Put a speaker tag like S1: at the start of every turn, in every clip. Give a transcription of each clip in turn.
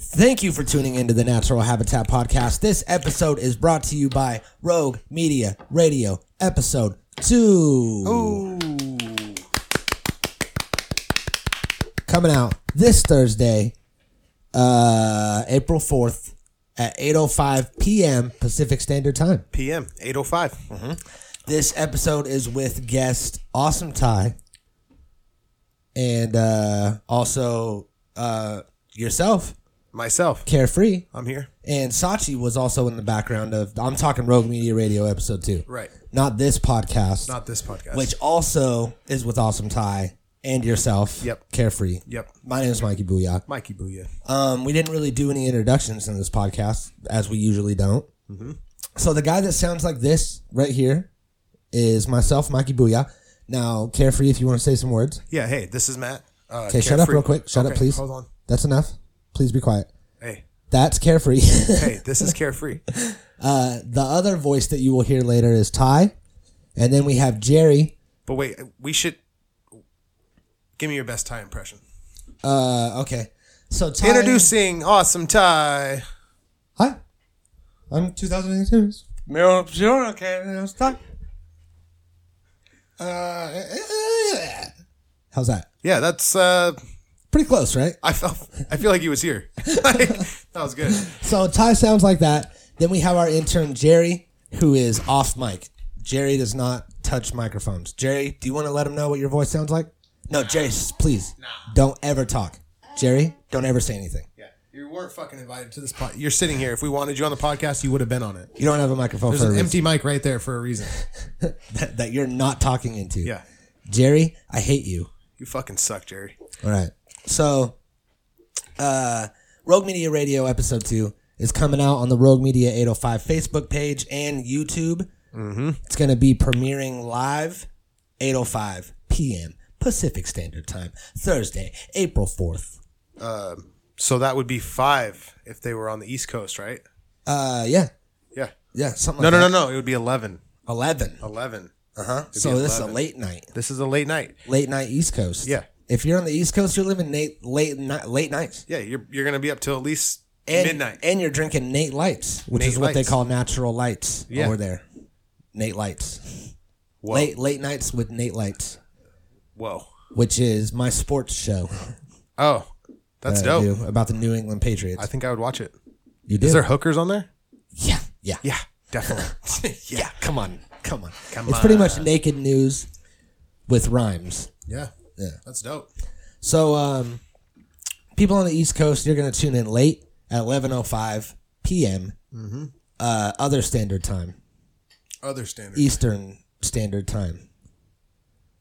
S1: Thank you for tuning into the Natural Habitat Podcast. This episode is brought to you by Rogue Media Radio, episode two. Coming out this Thursday, uh, April 4th at 8.05 p.m. Pacific Standard Time.
S2: PM 805. Mm-hmm.
S1: This episode is with guest Awesome Ty and uh, also uh, yourself,
S2: Myself,
S1: Carefree.
S2: I'm here.
S1: And Sachi was also in the background of I'm talking Rogue Media Radio episode two.
S2: Right.
S1: Not this podcast.
S2: Not this podcast.
S1: which also is with Awesome Ty and yourself.
S2: Yep.
S1: Carefree.
S2: Yep.
S1: My name is Mikey Booyak.
S2: Mikey Booya.
S1: Um, we didn't really do any introductions in this podcast, as we usually don't.
S2: Mm-hmm.
S1: So the guy that sounds like this right here is myself, Mikey Booyah. Now, Carefree, if you want to say some words.
S2: Yeah. Hey, this is Matt. Uh,
S1: Okay, shut up
S2: Carefree-
S1: real quick. Shut up,
S2: Okay,
S1: please.
S2: Hold on.
S1: That's enough. Please be quiet.
S2: Hey,
S1: That's Carefree.
S2: hey, this is Carefree.
S1: the other voice that you will hear later is Ty. And then we have Jerry.
S2: but wait, we should give me your best Ty impression.
S1: Uh, okay. So Ty.
S2: Introducing awesome Ty.
S1: Hi. I'm 2018. Mirror sure, okay, stop. Uh, How's that?
S2: Yeah, that's. uh
S1: Pretty close, right?
S2: I felt. I feel like he was here. Like, that was good.
S1: So Ty sounds like that. Then we have our intern Jerry, who is off mic. Jerry does not touch microphones. Jerry, do you want to let him know what your voice sounds like? No, Jerry, s- please don't ever talk. Jerry, don't ever say anything.
S2: Yeah, you weren't fucking invited to this pod. You're sitting here. If we wanted you on the podcast, you would have been on it.
S1: You don't have a microphone
S2: There's
S1: for a
S2: an
S1: reason
S2: empty mic right there for a reason.
S1: that, that you're not talking into.
S2: Yeah.
S1: Jerry, I hate you.
S2: You fucking suck, Jerry.
S1: All right. So, uh, Rogue Media Radio episode two is coming out on the Rogue Media 805 Facebook page and YouTube. It's going to be premiering live 8:05 p.m. Pacific Standard Time, Thursday, April 4th.
S2: So that would be five if they were on the East Coast, right?
S1: Uh, yeah,
S2: Yeah.
S1: yeah, something.
S2: No,
S1: like
S2: no, no,
S1: that.
S2: no. It would be 11.
S1: 11.
S2: 11.
S1: So this is a late night,
S2: This is a late night.
S1: late night East Coast.
S2: Yeah.
S1: If you're on the East Coast, you're living late, late, night, late nights.
S2: Yeah, you're, you're going to be up till at least
S1: and,
S2: midnight.
S1: and you're drinking Nate Lights, which
S2: Nate
S1: is what they
S2: Lights.
S1: call natural lights
S2: Yeah.
S1: over there. Nate Lights,
S2: whoa.
S1: late late nights with Nate Lights,
S2: Whoa.
S1: which is my sports show
S2: Oh, that's
S1: that I
S2: dope.
S1: do about the New England Patriots.
S2: I think I would watch it.
S1: you do,
S2: Is there hookers on there?
S1: yeah, yeah, yeah,
S2: Yeah, definitely. yeah.
S1: Come on, come on,
S2: Come
S1: It's pretty much naked news with rhymes.
S2: Yeah.
S1: Yeah.
S2: That's dope.
S1: So, um, people on the East Coast, you're gonna tune in late at 11:05 p.m.
S2: Mm-hmm.
S1: Uh, other standard time,
S2: Other standard.
S1: E Eastern Standard Time.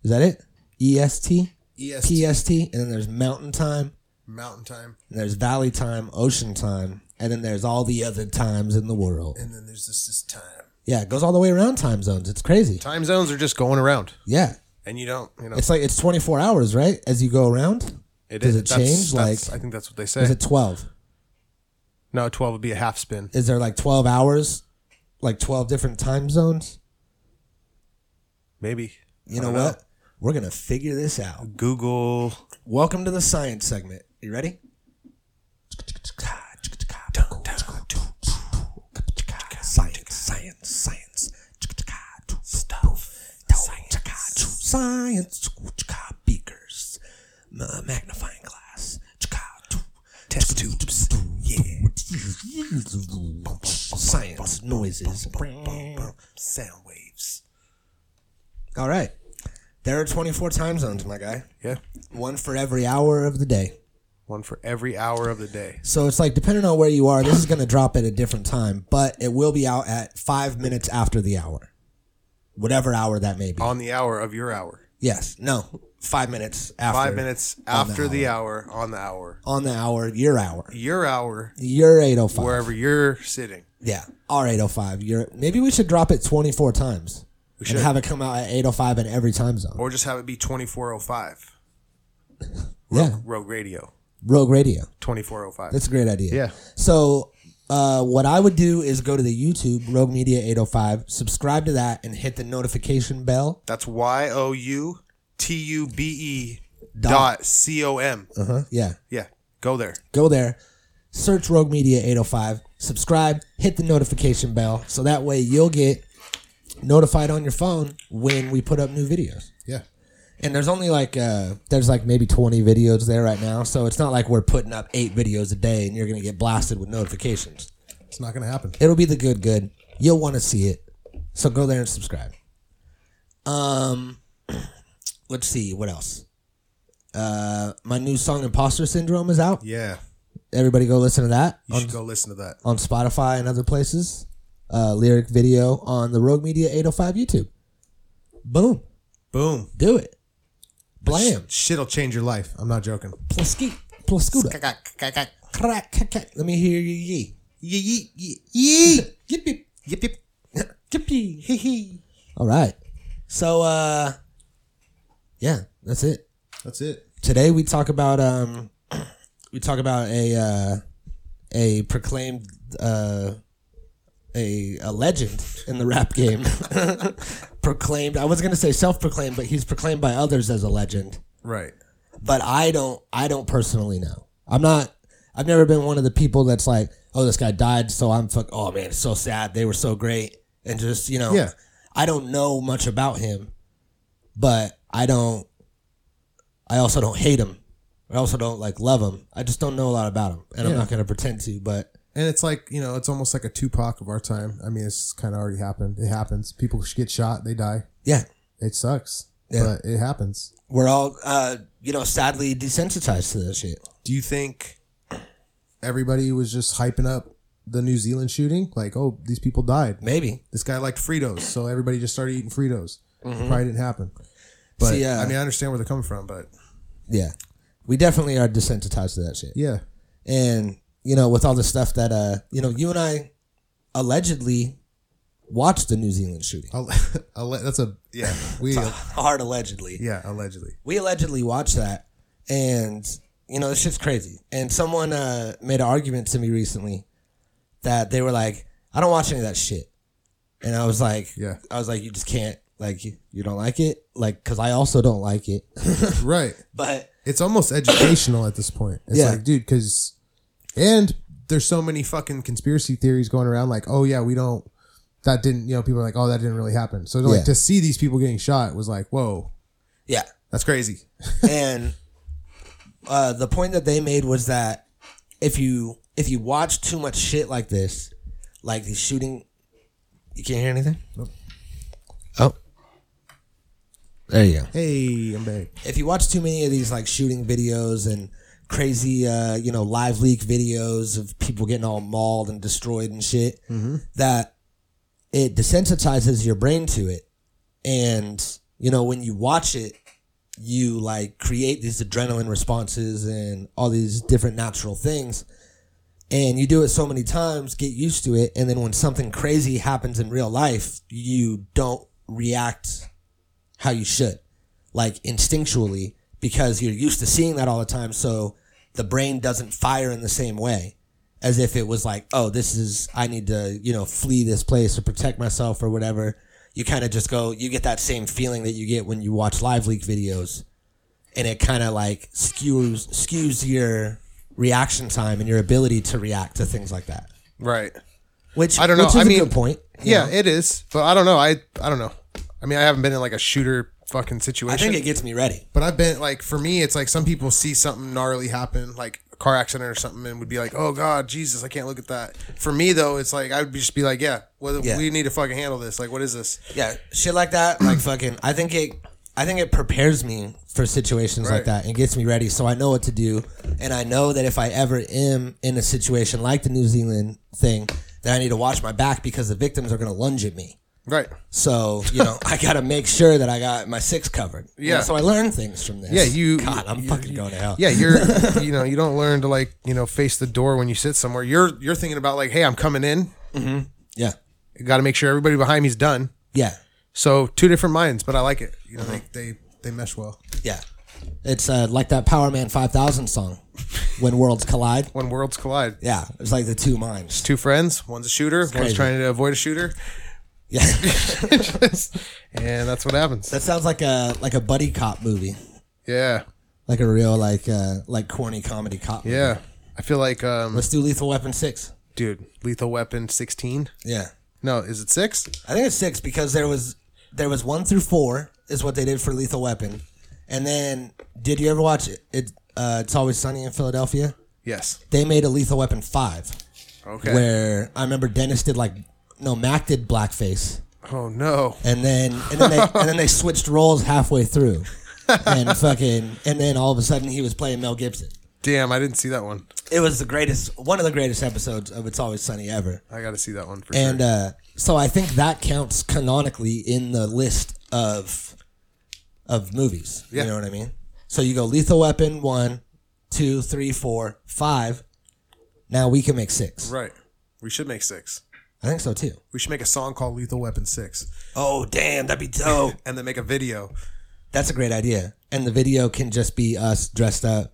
S1: Is that it? E
S2: E
S1: EST.
S2: EST,
S1: PST, and then there's mountain time,
S2: mountain time,
S1: and there's valley time, ocean time, and then there's all the other times in the world.
S2: and then there's this, this time.
S1: Yeah, it goes all the way around time zones. It's crazy.
S2: Time zones are just going around,
S1: Yeah.
S2: and you don't, you know.
S1: It's like it's 24 hours, right? As you go around? does it
S2: that's-
S1: change,
S2: that's-
S1: like-
S2: I think that's what they say.
S1: Is it 12?
S2: no, 12 would be a half spin.
S1: Is there like 12 hours? Like 12 different time zones?
S2: Maybe.
S1: You
S2: I
S1: know
S2: don't
S1: what? We're going to figure this out.
S2: Google.
S1: Welcome to the science segment. You ready? Science, science, science. Stuff. Science. Science. Beakers. M- Magnifying glass. Test tubes. Yeah. Science. Noises.
S2: Sound waves.
S1: All right. There are 24 time zones, my guy.
S2: Yeah.
S1: One for every hour of the day.
S2: One for every hour of the day.
S1: So it's like depending on where you are, this is going to drop at a different time, but it will be out at five minutes after the hour, whatever hour that may be.
S2: On the hour of your hour.
S1: Yes, no, five minutes after.
S2: Five minutes after the hour. on the hour.
S1: on the hour, your hour,
S2: Your hour,
S1: your eight oh five.
S2: wherever you're sitting.
S1: Yeah, our eight oh five. Your maybe we should drop it twenty four times and
S2: should.
S1: have it come out at eight oh five in every time zone.
S2: Or just have it be 2405.
S1: Yeah,
S2: Rogue Radio.
S1: Rogue Radio.
S2: 2405.
S1: That's a great idea.
S2: Yeah.
S1: So, uh, what I would do is go to the YouTube Rogue Media 805, subscribe to that, and hit the notification bell.
S2: That's Y O U T U B E dot C O M.
S1: Uh huh. Yeah.
S2: Uh-huh. Yeah. Go there.
S1: Go there, search Rogue Media 805, subscribe, hit the notification bell, so that way you'll get notified on your phone when we put up new videos.
S2: Yeah.
S1: And there's only like uh, there's like maybe 20 videos there right now, so it's not like we're putting up eight videos a day and you're gonna get blasted with notifications.
S2: It's not going to happen.
S1: It'll be the good good. You'll want to see it, so go there and subscribe. Um, let's see what else. Uh, my new song "Imposter Syndrome" is out.
S2: Yeah.
S1: Everybody go listen to that
S2: You should go listen to that.
S1: on Spotify and other places. Uh, lyric video on the Rogue Media 805 YouTube. Boom,
S2: Boom.
S1: do it. Blam,
S2: Shit'll change your life. I'm not joking.
S1: plaskeet, plaskuda.
S2: Yee,
S1: Crack, crack, crack. Let me hear you yee.
S2: yee, yee, yee.
S1: Yip, yip,
S2: Yip, yip.
S1: yip, yee.
S2: Hee, hee.
S1: All right. So, uh, yeah, that's it.
S2: That's it.
S1: Today we talk about um, we talk about a uh, a proclaimed uh, a a legend in the rap game. proclaimed. I was gonna say self-proclaimed, but he's proclaimed by others as a legend.
S2: Right.
S1: But I don't. I don't personally know. I'm not. I've never been one of the people that's like, oh, this guy died, so I'm fuck. Oh man, it's so sad. They were so great, and just you know,
S2: Yeah.
S1: I don't know much about him, but I don't. I also don't hate him. I also don't like love him. I just don't know a lot about him, and I'm
S2: Yeah.
S1: not gonna pretend to. But
S2: And it's like, you know, it's almost like a Tupac of our time. I mean, it's kind of already happened. It happens. People get shot, they die.
S1: yeah,
S2: It sucks,
S1: Yeah.
S2: but it happens.
S1: we're all uh, you know sadly desensitized to that shit.
S2: Do you think everybody was just hyping up the New Zealand shooting? Like, oh, these people died.
S1: Maybe
S2: This guy liked Fritos, so everybody just started eating Fritos. It probably didn't happen. But
S1: See, uh,
S2: I mean, I understand where they're coming from, but
S1: yeah, we definitely are desensitized to that shit.
S2: yeah,
S1: and you know with all the stuff that uh you know you and i allegedly watched the new zealand shooting
S2: I'll, I'll, that's a yeah. We
S1: hard allegedly
S2: yeah, allegedly.
S1: we allegedly watched that and you know this shit's crazy and someone uh made an argument to me recently that they were like i don't watch any of that shit and i was like
S2: Yeah.
S1: i was like you just can't like you, you don't like it like because i also don't like it
S2: Right.
S1: but
S2: It's almost educational at this point. It's
S1: Yeah.
S2: like, dude, because and there's so many fucking conspiracy theories going around. Like, oh yeah, we don't. That didn't, you know, people are like, oh, that didn't really happen. So like
S1: Yeah.
S2: to see these people getting shot was like, whoa,
S1: yeah
S2: that's crazy.
S1: and uh, the point that they made was that if you if you watch too much shit like this, like the shooting, you can't hear anything. Oh, there you go.
S2: Hey, I'm back.
S1: If you watch too many of these like shooting videos and crazy, uh, you know, live leak videos of people getting all mauled and destroyed and shit, that it desensitizes your brain to it, and you know when you watch it, you like create these adrenaline responses and all these different natural things and you do it so many times get used to it and then when something crazy happens in real life you don't react how you should like instinctually because you're used to seeing that all the time so the brain doesn't fire in the same way as if it was like oh this is i need to you know flee this place or protect myself or whatever you kind of just go you get that same feeling that you get when you watch live leak videos and it kind of like skews skews your reaction time and your ability to react to things like that
S2: Right.
S1: which
S2: I don't know.
S1: which is
S2: I
S1: a
S2: mean-
S1: good point you
S2: Yeah,
S1: know?
S2: it is. But I don't know. I I don't know. I mean, I haven't been in like a shooter fucking
S1: i
S2: situation.
S1: think it gets me ready
S2: but I've been like for me, it's like some people see something gnarly happen, like a car accident or something, and would be like, "Oh God, Jesus, I can't look at that." For me though, it's like I would be- just be like, "Yeah, well,
S1: Yeah.
S2: we need to fucking handle this. Like, what is this?"
S1: yeah, shit like that. Like fucking, I think it, I think it prepares me for situations like
S2: Right.
S1: that and gets me ready, so I know what to do, and I know that if I ever am in a situation like the New Zealand thing, that I need to watch my back because the victims are gonna lunge at me.
S2: Right.
S1: So you know, I gotta make sure that I got my six covered. You know,
S2: Yeah.
S1: so I learn things from this.
S2: Yeah, you-
S1: God, I'm fucking going to hell.
S2: Yeah, you're you know you don't learn to like you know face the door when you sit somewhere. You're you're thinking about like, "Hey, I'm coming in.
S1: yeah,
S2: Got to make sure everybody behind me's done."
S1: yeah.
S2: So two different minds, but I like it. You know, they they, they mesh well.
S1: yeah. It's uh, like that Power Man 5000 song, "When Worlds Collide."
S2: When worlds collide.
S1: Yeah, it's like the two minds.
S2: two friends. One's a shooter.
S1: crazy.
S2: One's trying to avoid a shooter.
S1: Yeah.
S2: and that's what happens.
S1: That sounds like a like a buddy cop movie,
S2: Yeah,
S1: like a real like uh like corny comedy cop. movie.
S2: yeah. I feel like, um,
S1: Let's do Lethal Weapon six.
S2: dude, Lethal Weapon 16.
S1: Yeah,
S2: No, is it six?
S1: I think it's six because there was there was one through four is what they did for Lethal Weapon, and then did you ever watch it? it uh, it's always sunny in Philadelphia.
S2: Yes.
S1: They made a Lethal Weapon five
S2: Okay.
S1: where I remember Dennis did like no Mac did blackface.
S2: Oh no.
S1: and then and then they and then they switched roles halfway through, and fucking and then all of a sudden he was playing Mel Gibson.
S2: Damn, I didn't see that one.
S1: It was the greatest, one of the greatest episodes of It's Always Sunny ever.
S2: I got to see that one for
S1: And
S2: sure.
S1: uh, so I think that counts canonically in the list of of movies.
S2: Yeah.
S1: You know what I mean? So you go Lethal Weapon one, two, three, four, five. Now we can make six.
S2: Right. We should make six.
S1: I think so too.
S2: We should make a song called Lethal Weapon Six,
S1: Oh damn, that'd be dope.
S2: and then make a video.
S1: That's a great idea. And the video can just be us dressed up.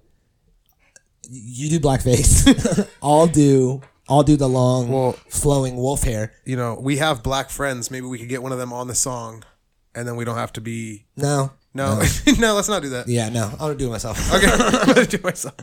S1: You do blackface. I'll do I'll do the long
S2: Well-
S1: flowing wolf hair.
S2: You know, we have black friends. Maybe we could get one of them on the song, and then we don't have to be.
S1: No.
S2: No, no, let's not do that.
S1: Yeah, no. I'll do it myself.
S2: Okay, I'm gonna do it myself.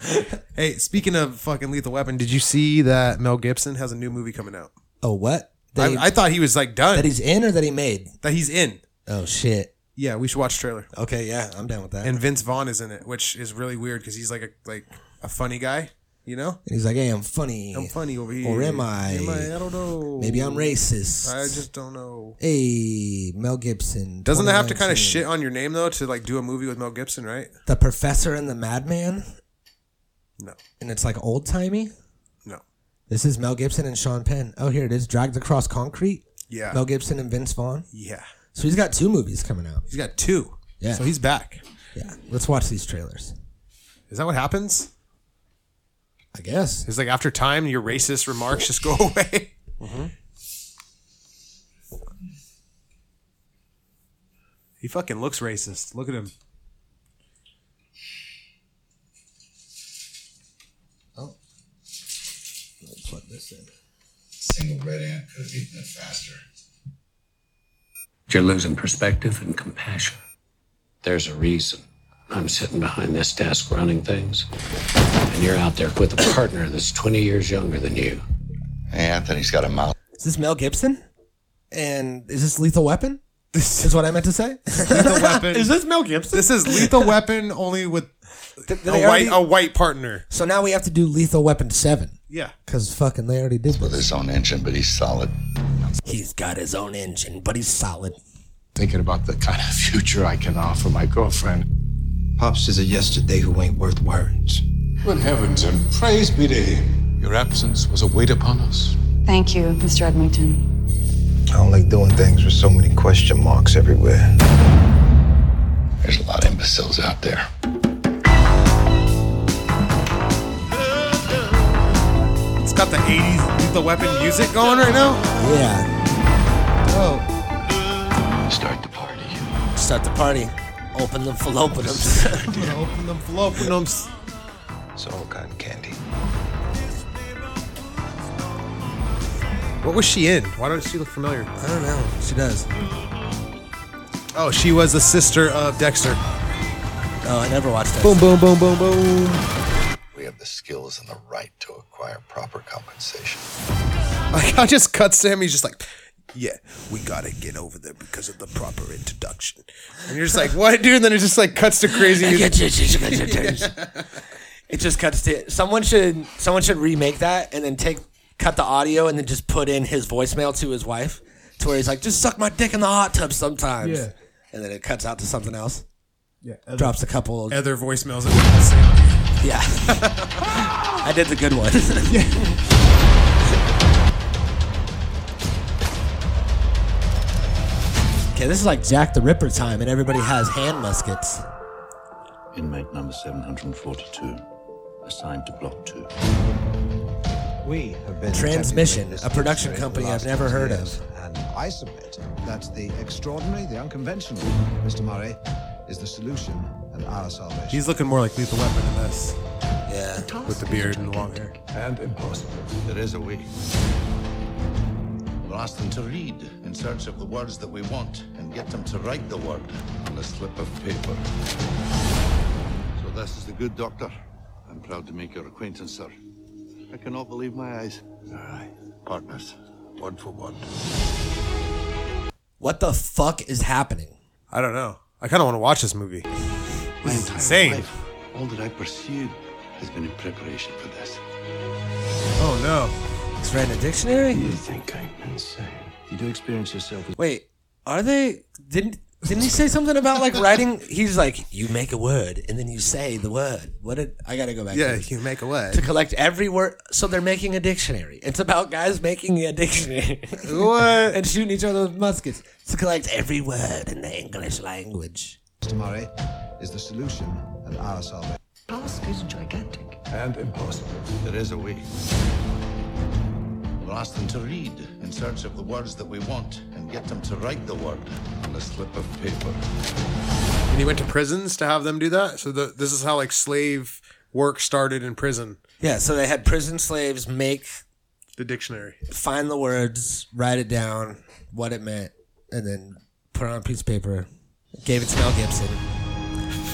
S2: Hey, speaking of fucking Lethal Weapon, did you see that Mel Gibson has a new movie coming out?
S1: Oh what? That, he,
S2: I, I thought he was like done.
S1: that he's in or that he made?
S2: that he's in.
S1: Oh shit.
S2: Yeah, we should watch trailer.
S1: Okay, yeah, I'm down with that. And
S2: And Vince Vaughn is in it, which is really weird because he's like a like a funny guy. You know,
S1: he's like, Hey, I'm funny.
S2: I'm funny over here.
S1: Or am I?
S2: Am I? I don't know.
S1: Maybe I'm racist.
S2: I just don't know.
S1: hey, Mel Gibson.
S2: Doesn't it have to kind
S1: 2019.
S2: of shit on your name though to like do a movie with Mel Gibson, right?
S1: The Professor and the Madman?
S2: No,
S1: And it's like old timey?
S2: no.
S1: This is Mel Gibson and Sean Penn. Oh, here it is. Dragged across concrete.
S2: Yeah,
S1: Mel Gibson and Vince Vaughn.
S2: yeah.
S1: So he's got two movies coming out.
S2: He's got two.
S1: Yeah.
S2: So he's back.
S1: Yeah. Let's watch these trailers.
S2: Is that what happens?
S1: I guess.
S2: It's like after time, your racist remarks just go away. Mm-hmm. He fucking looks racist. Look at him.
S1: Oh. Let me plug this in.
S3: single red ant could have eaten it faster.
S4: You're losing perspective and compassion. There's a reason I'm sitting behind this desk running things, and you're out there with a partner that's 20 years younger than you.
S3: Hey, Anthony's got a mouth.
S1: Is this Mel Gibson? And is this Lethal Weapon? This is what I meant to say.
S2: Lethal weapon.
S1: is this Mel Gibson?
S2: this is lethal weapon only with
S1: Did- did they
S2: a
S1: already-
S2: white a white partner.
S1: so now we have to do Lethal Weapon 7.
S2: Yeah.
S1: Because fucking they already did
S3: With
S1: this.
S3: his own engine, but he's solid.
S1: He's got his own engine, but he's solid.
S5: thinking about the kind of future I can offer my girlfriend.
S6: Pops is a yesterday who ain't worth words.
S7: Good heavens and praise be to him. Your absence was a weight upon us.
S8: Thank you, Mr. Edmonton.
S6: I don't like doing things with so many question marks everywhere.
S3: There's a lot of imbeciles out there.
S2: It's got the 80s lethal weapon music going right now.
S1: Yeah.
S2: Oh.
S3: Start the party.
S1: Start the party. Open them fallopians.
S2: Open them, open them.
S6: It's all cotton candy.
S2: What was she in? Why does she look familiar?
S1: I don't know. She does.
S2: Oh, she was the sister of Dexter.
S1: Oh, I never watched that.
S2: boom, boom, boom, boom.
S3: We have the skills and the right to acquire proper compensation.
S2: Like I just cuts to him. He's just like, "Yeah, we gotta get over there because of the proper introduction." And you're just like, "What, dude?" And then it just like cuts to crazy music.
S1: it just cuts to someone should someone should remake that and then take cut the audio and then just put in his voicemail to his wife to where he's like just suck my dick in the hot tub sometimes
S9: Yeah.
S1: and then it cuts out to something else
S9: Yeah, other-
S1: drops a couple
S2: Other voicemails. That
S1: yeah I did the good one okay this is like Jack the Ripper time and everybody has hand muskets
S10: Inmate number 742, assigned to block two.
S6: We have been
S1: Transmission,
S6: attempting to make this
S1: a production
S6: history
S1: company
S6: the last
S1: I've never
S6: 20
S1: heard of.
S6: years, And I submit that the extraordinary, the unconventional, Mr. Murray, is the solution and our salvation.
S2: he's looking more like Lethal Weapon in this,
S1: yeah
S2: with the beard and the long hair.
S10: And impossible.
S3: There is a way. We'll ask them to read in search of the words that we want and get them to write the word on a slip of paper. So this is the good doctor. I'm proud to make your acquaintance, sir.
S10: I cannot believe my eyes.
S3: Partners, one for one.
S1: What the fuck is happening?
S2: I don't know. I kind of want to watch this movie.
S10: My entire
S2: Insane.
S10: life, all that I pursued has been in preparation for this.
S2: Oh no.
S1: It's read in a dictionary.
S10: You think I'm insane? You do experience yourself as
S1: Wait, are they? Didn't didn't he say something about like writing? He's like, you make a word and then you say the word. What did I gotta go back?
S2: Yeah,
S1: to
S2: you
S1: this.
S2: can make a way.
S1: to collect every word. So they're making a dictionary. It's about guys making a dictionary
S2: What?
S1: and shooting each other with muskets to collect every word in the English language.
S6: Mr. Murray, is the solution and our salvation.
S8: Task is gigantic.
S10: and impossible.
S3: There is a way. We'll ask them to read in search of the words that we want and get them to write the word on a slip of paper.
S2: And he went to prisons to have them do that. So the, this is how like slave work started in prison.
S1: Yeah, so they had prison slaves make
S2: The dictionary.
S1: find the words, write it down, what it meant, and then put it on a piece of paper. Gave it to Mel Gibson.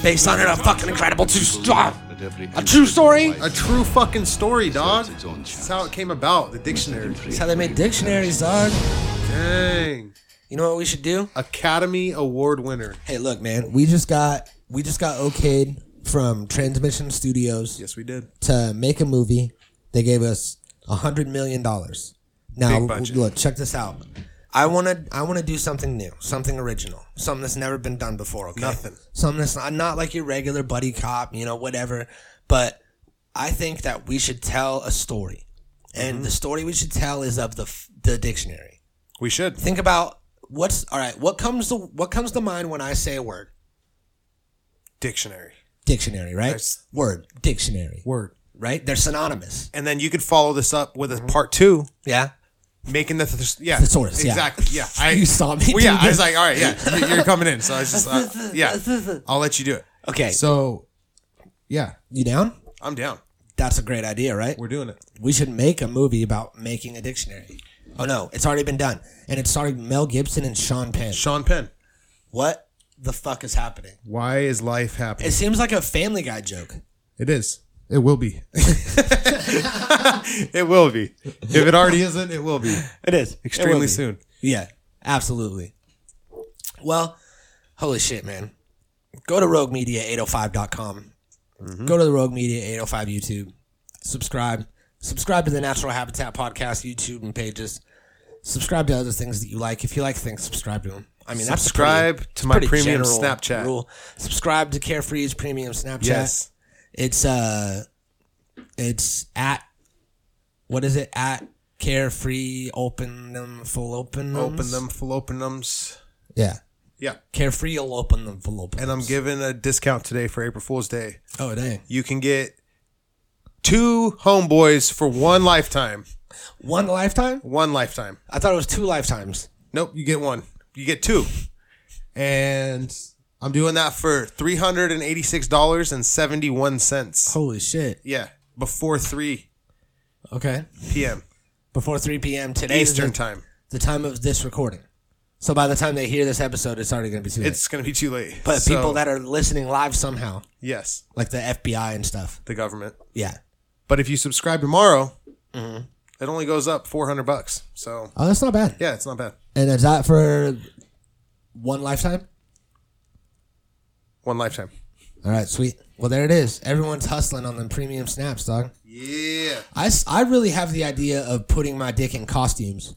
S1: Based on a fucking incredible true story.
S10: At every
S1: A true story.
S2: A true fucking story, dog.
S10: its own
S2: That's how it came about. The dictionary.
S1: That's how they made dictionaries, dog.
S2: Dang.
S1: You know what we should do?
S2: Academy Award winner.
S1: Hey, look, man. We just got we just got okayed from Transmission Studios
S2: Yes, we did.
S1: to make a movie. They gave us a hundred million dollars. Now
S2: Big budget.
S1: look, check this out. I wanna I wanna do something new, something original, something that's never been done before. Okay,
S2: Nothing.
S1: Something that's not, not like your regular buddy cop, you know, whatever. But I think that we should tell a story, and
S2: Mm-hmm.
S1: the story we should tell is of the f- the dictionary.
S2: We should.
S1: Think about what's all right. What comes to what comes to mind when I say a word?
S2: Dictionary.
S1: Dictionary, right?
S2: Nice.
S1: Word dictionary,
S2: Word.
S1: right? They're synonymous.
S2: And then you could follow this up with a part two,
S1: Yeah.
S2: making the th- yeah
S1: Thesaurus, yeah.
S2: exactly yeah. I,
S1: You saw me
S2: Well, yeah,
S1: do
S2: I was
S1: this.
S2: like, all right, yeah, you- you're coming in. So I was just uh, yeah, I'll let you do it.
S1: Okay.
S2: So yeah,
S1: You down?
S2: I'm down.
S1: That's a great idea, right?
S2: We're doing it.
S1: We should make a movie about making a dictionary. Oh no, it's already been done, and it started Mel Gibson and Sean Penn.
S2: Sean Penn.
S1: What the fuck is happening?
S2: Why is life happening?
S1: It seems like a Family Guy joke.
S2: It is. It will be. it will be. If it already isn't, it will be
S1: It is
S2: extremely
S1: will be.
S2: soon.
S1: Yeah, absolutely. Well, holy shit, man. Go to roguemedia805.com.
S2: Mm-hmm.
S1: Go to the Rogue Media 805 YouTube. Subscribe. Subscribe to the Natural Habitat Podcast YouTube and pages. Subscribe to other things that you like. If you like things, subscribe to them. I mean, that's a
S2: Subscribe
S1: pretty-
S2: to my
S1: pretty
S2: premium
S1: general
S2: Snapchat.
S1: Rule. Subscribe to Carefree's premium Snapchat.
S2: Yes.
S1: It's uh, it's at what is it at Carefree Open them full open
S2: Open them, fallopenums.
S1: yeah.
S2: Yeah.
S1: Carefree will open them full open.
S2: And I'm giving a discount today for April Fool's Day.
S1: oh dang
S2: You can get two homeboys for one lifetime.
S1: one lifetime.
S2: One lifetime.
S1: I thought it was two lifetimes.
S2: Nope, you get one. You get two. And I'm doing that for three hundred and eighty-six dollars and seventy-one cents.
S1: Holy shit!
S2: Yeah, before three
S1: Okay,
S2: p.m.
S1: before three p.m. today is
S2: Eastern
S1: the,
S2: time.
S1: the time of this recording. So by the time they hear this episode, it's already going to be too late.
S2: It's gonna be too late.
S1: but
S2: So,
S1: people that are listening live somehow,
S2: yes,
S1: like the FBI and stuff,
S2: the government.
S1: yeah.
S2: But if you subscribe tomorrow,
S1: Mm-hmm.
S2: it only goes up four hundred bucks. So
S1: Oh, that's not bad.
S2: yeah, it's not bad.
S1: And is that for one lifetime?
S2: One lifetime.
S1: All right, sweet. Well, there it is. Everyone's hustling on them premium snaps, dog.
S2: Yeah.
S1: I, s- I really have the idea of putting my dick in costumes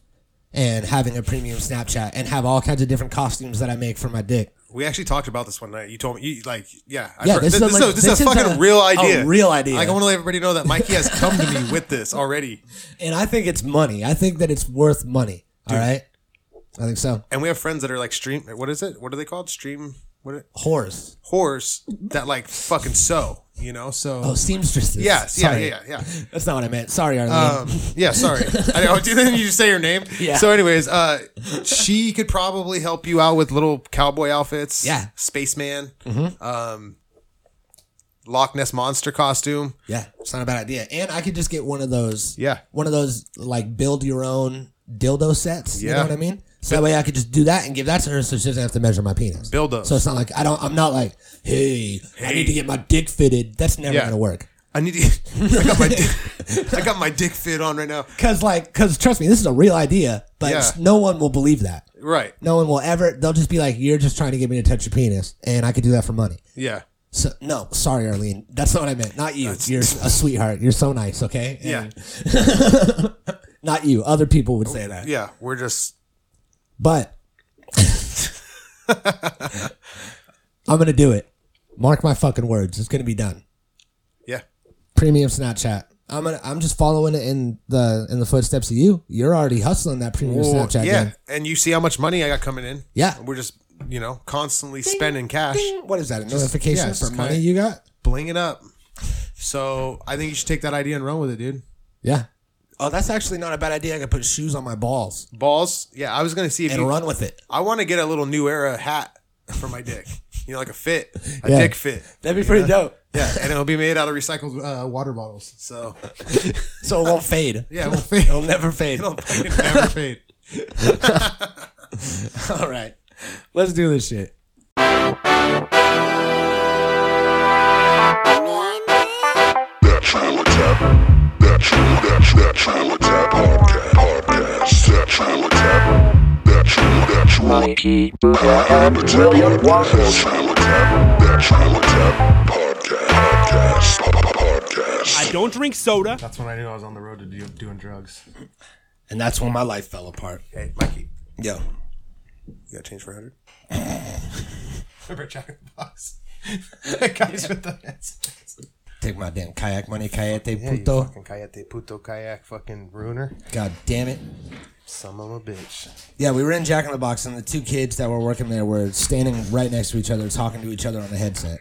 S1: and having a premium Snapchat and have all kinds of different costumes that I make for my dick.
S2: We actually talked about this one night. You told me, you, like, yeah, I've
S1: Yeah,
S2: heard-
S1: this is
S2: this,
S1: a-
S2: is a, this is a
S1: this is
S2: fucking
S1: a-
S2: real
S1: a
S2: idea.
S1: real idea.
S2: Like, I want to let everybody know that Mikey has come to me with this already,
S1: And I think it's money. I think that it's worth money. All right. I think so.
S2: and we have friends that are like stream. What is it? What are they called? Stream. What are,
S1: Horse.
S2: horse that like fucking sew. You know, so
S1: Oh, seamstresses.
S2: yes, yeah,
S1: Sorry.
S2: yeah, yeah, yeah.
S1: That's not what I meant. Sorry, Arlene.
S2: Um, yeah, sorry. I know. Didn't you just say her name?
S1: Yeah.
S2: So, anyways, uh, she could probably help you out with little cowboy outfits.
S1: Yeah. Mm-hmm.
S2: Spaceman. Um, Loch Ness monster costume.
S1: yeah, it's not a bad idea. And I could just get one of those.
S2: Yeah.
S1: One of those like build your own dildo sets. You
S2: Yeah.
S1: know what I mean? So that way I could just do that and give that to her, so she doesn't have to measure my penis.
S2: Dildos.
S1: So it's not like I don't. I'm not like, hey, I need to get my dick fitted. That's never
S2: Yeah.
S1: gonna work.
S2: I need to. I got my dick, I got my dick fit on right now.
S1: Because, like, because trust me, this is a real idea, but
S2: Yeah.
S1: no one will believe that.
S2: Right.
S1: No one will ever. They'll just be like, "You're just trying to get me to touch your penis, and I could do that for money."
S2: Yeah.
S1: So no, sorry, Arlene, that's not what I meant. Not you. You're a sweetheart. You're so nice. Okay.
S2: Yeah.
S1: Not you. Other people would say that.
S2: Yeah. We're just.
S1: But I'm gonna do it. Mark my fucking words. It's gonna be done.
S2: Yeah.
S1: Premium Snapchat. I'm gonna, I'm just following it in the in the footsteps of you. You're already hustling that premium
S2: Well,
S1: Snapchat.
S2: yeah.
S1: game.
S2: And you see how much money I got coming in.
S1: Yeah.
S2: We're just you know constantly spending cash.
S1: What is that? A notification
S2: yeah, it's
S1: for
S2: kinda-
S1: money you got?
S2: Bling it up. So I think you should take that idea and run with it, dude.
S1: Yeah. Oh, that's actually not a bad idea. I could put shoes on my balls
S2: Balls. Yeah, I was gonna see if
S1: and
S2: you,
S1: run with it.
S2: I want to get a little new era hat for my dick. You know, like a fit, a
S1: Yeah.
S2: dick fit.
S1: That'd be pretty dope.
S2: Yeah, and it'll be made out of recycled uh, water bottles. So
S1: So it won't fade.
S2: yeah, we'll fade.
S1: It'll never fade.
S2: It'll fucking never fade.
S1: All right. Let's do this shit.
S9: I don't drink soda.
S2: That's when I knew I was on the road to do, doing drugs.
S1: And that's when my life fell apart.
S2: Hey, Mikey,
S1: Yo.
S2: you got change for a hundred? Remember Jack in the Box? That Guys with the heads.
S1: Take my damn kayak money, kayete
S2: Yeah, you
S1: puto.
S2: fucking Cayete Puto kayak fucking ruiner.
S1: God damn it.
S2: Some of a bitch.
S1: Yeah, we were in Jack in the Box, and the two kids that were working there were standing right next to each other, talking to each other on the headset.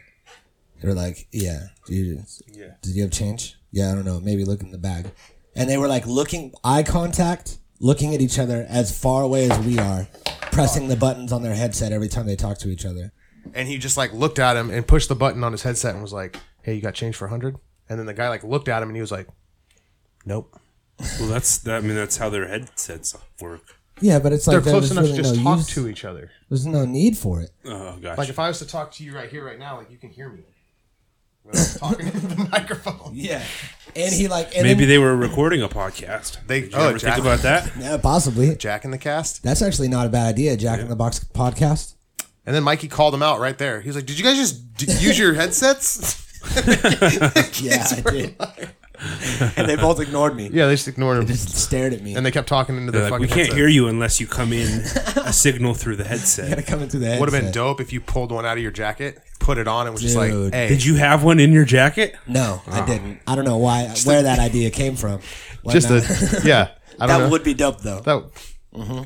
S1: They were like, "Yeah, do you, yeah. Did you have change? Yeah, I don't know. Maybe look in the bag." And they were like looking eye contact, looking at each other as far away as we are, pressing the buttons on their headset every time they talk to each other.
S2: And he just like looked at him and pushed the button on his headset and was like, "Hey, you got change for a hundred? And then the guy like looked at him and he was like, "Nope."
S9: Well, that's that, I mean that's how their headsets work.
S1: Yeah, but it's
S2: They're
S1: like there
S2: close
S1: was
S2: enough to
S1: really
S2: just
S1: no
S2: talk
S1: use-
S2: to each other.
S1: There's no need for it.
S9: Oh gosh.
S2: Like if I was to talk to you right here, right now, like you can hear me. Without talking into the microphone.
S1: Yeah, and he like and
S9: Maybe
S1: maybe
S9: they were recording a podcast.
S2: They-
S9: Did you
S2: oh,
S9: ever
S2: Jack-
S9: think about that?
S1: yeah, possibly.
S2: Jack in the cast.
S1: That's actually not a bad idea. Jack in the Box podcast.
S2: And then Mikey called him out right there. He was like, "Did you guys just d- use your headsets?"
S1: Yeah, I did. and they both ignored me.
S2: yeah, they just ignored him.
S1: Just stared at me.
S2: And they kept talking into the
S9: They're like,
S2: fucking.
S9: we can't
S2: headset.
S9: hear you unless you come in a signal through the headset.
S1: coming through the headset.
S2: Would have been dope if you pulled one out of your jacket, put it on, and was just like,
S1: Dude.
S2: "Hey,
S9: Did you have one in your jacket?
S1: No,
S2: Oh.
S1: I didn't. I don't know why where that idea came from. Why
S2: just
S1: not?
S2: a yeah." I don't
S1: that
S2: know.
S1: would Mm-hmm. be dope though.
S2: that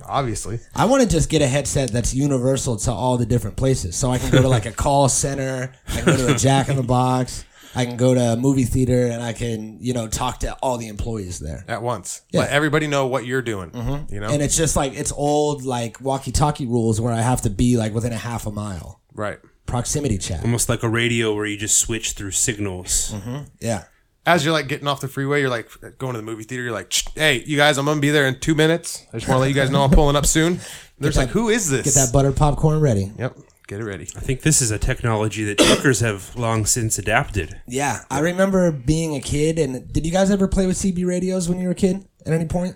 S2: obviously.
S1: I want to just get a headset that's universal to all the different places, so I can go to like a call center, I can go to a Jack in the Box, I can go to a movie theater, and I can you know talk to all the employees there.
S2: at once.
S1: Yeah.
S2: Let everybody know what you're doing. You know,
S1: Mm-hmm. And it's just like it's old like walkie-talkie rules where I have to be like within a half a mile
S2: right?
S1: proximity chat.
S9: Almost like a radio where you just switch through signals.
S2: Mm-hmm.
S1: Yeah.
S2: As you're like getting off the freeway, you're like going to the movie theater. You're like, "Shh, "Hey, you guys, I'm gonna be there in two minutes. I just want to let you guys know I'm pulling up soon." There's like, "Who is this?"
S1: Get that buttered popcorn ready.
S2: Yep, get it ready.
S9: I think this is a technology that truckers have long since adapted.
S1: Yeah, I remember being a kid. And did you guys ever play with CB radios when you were a kid? At any point,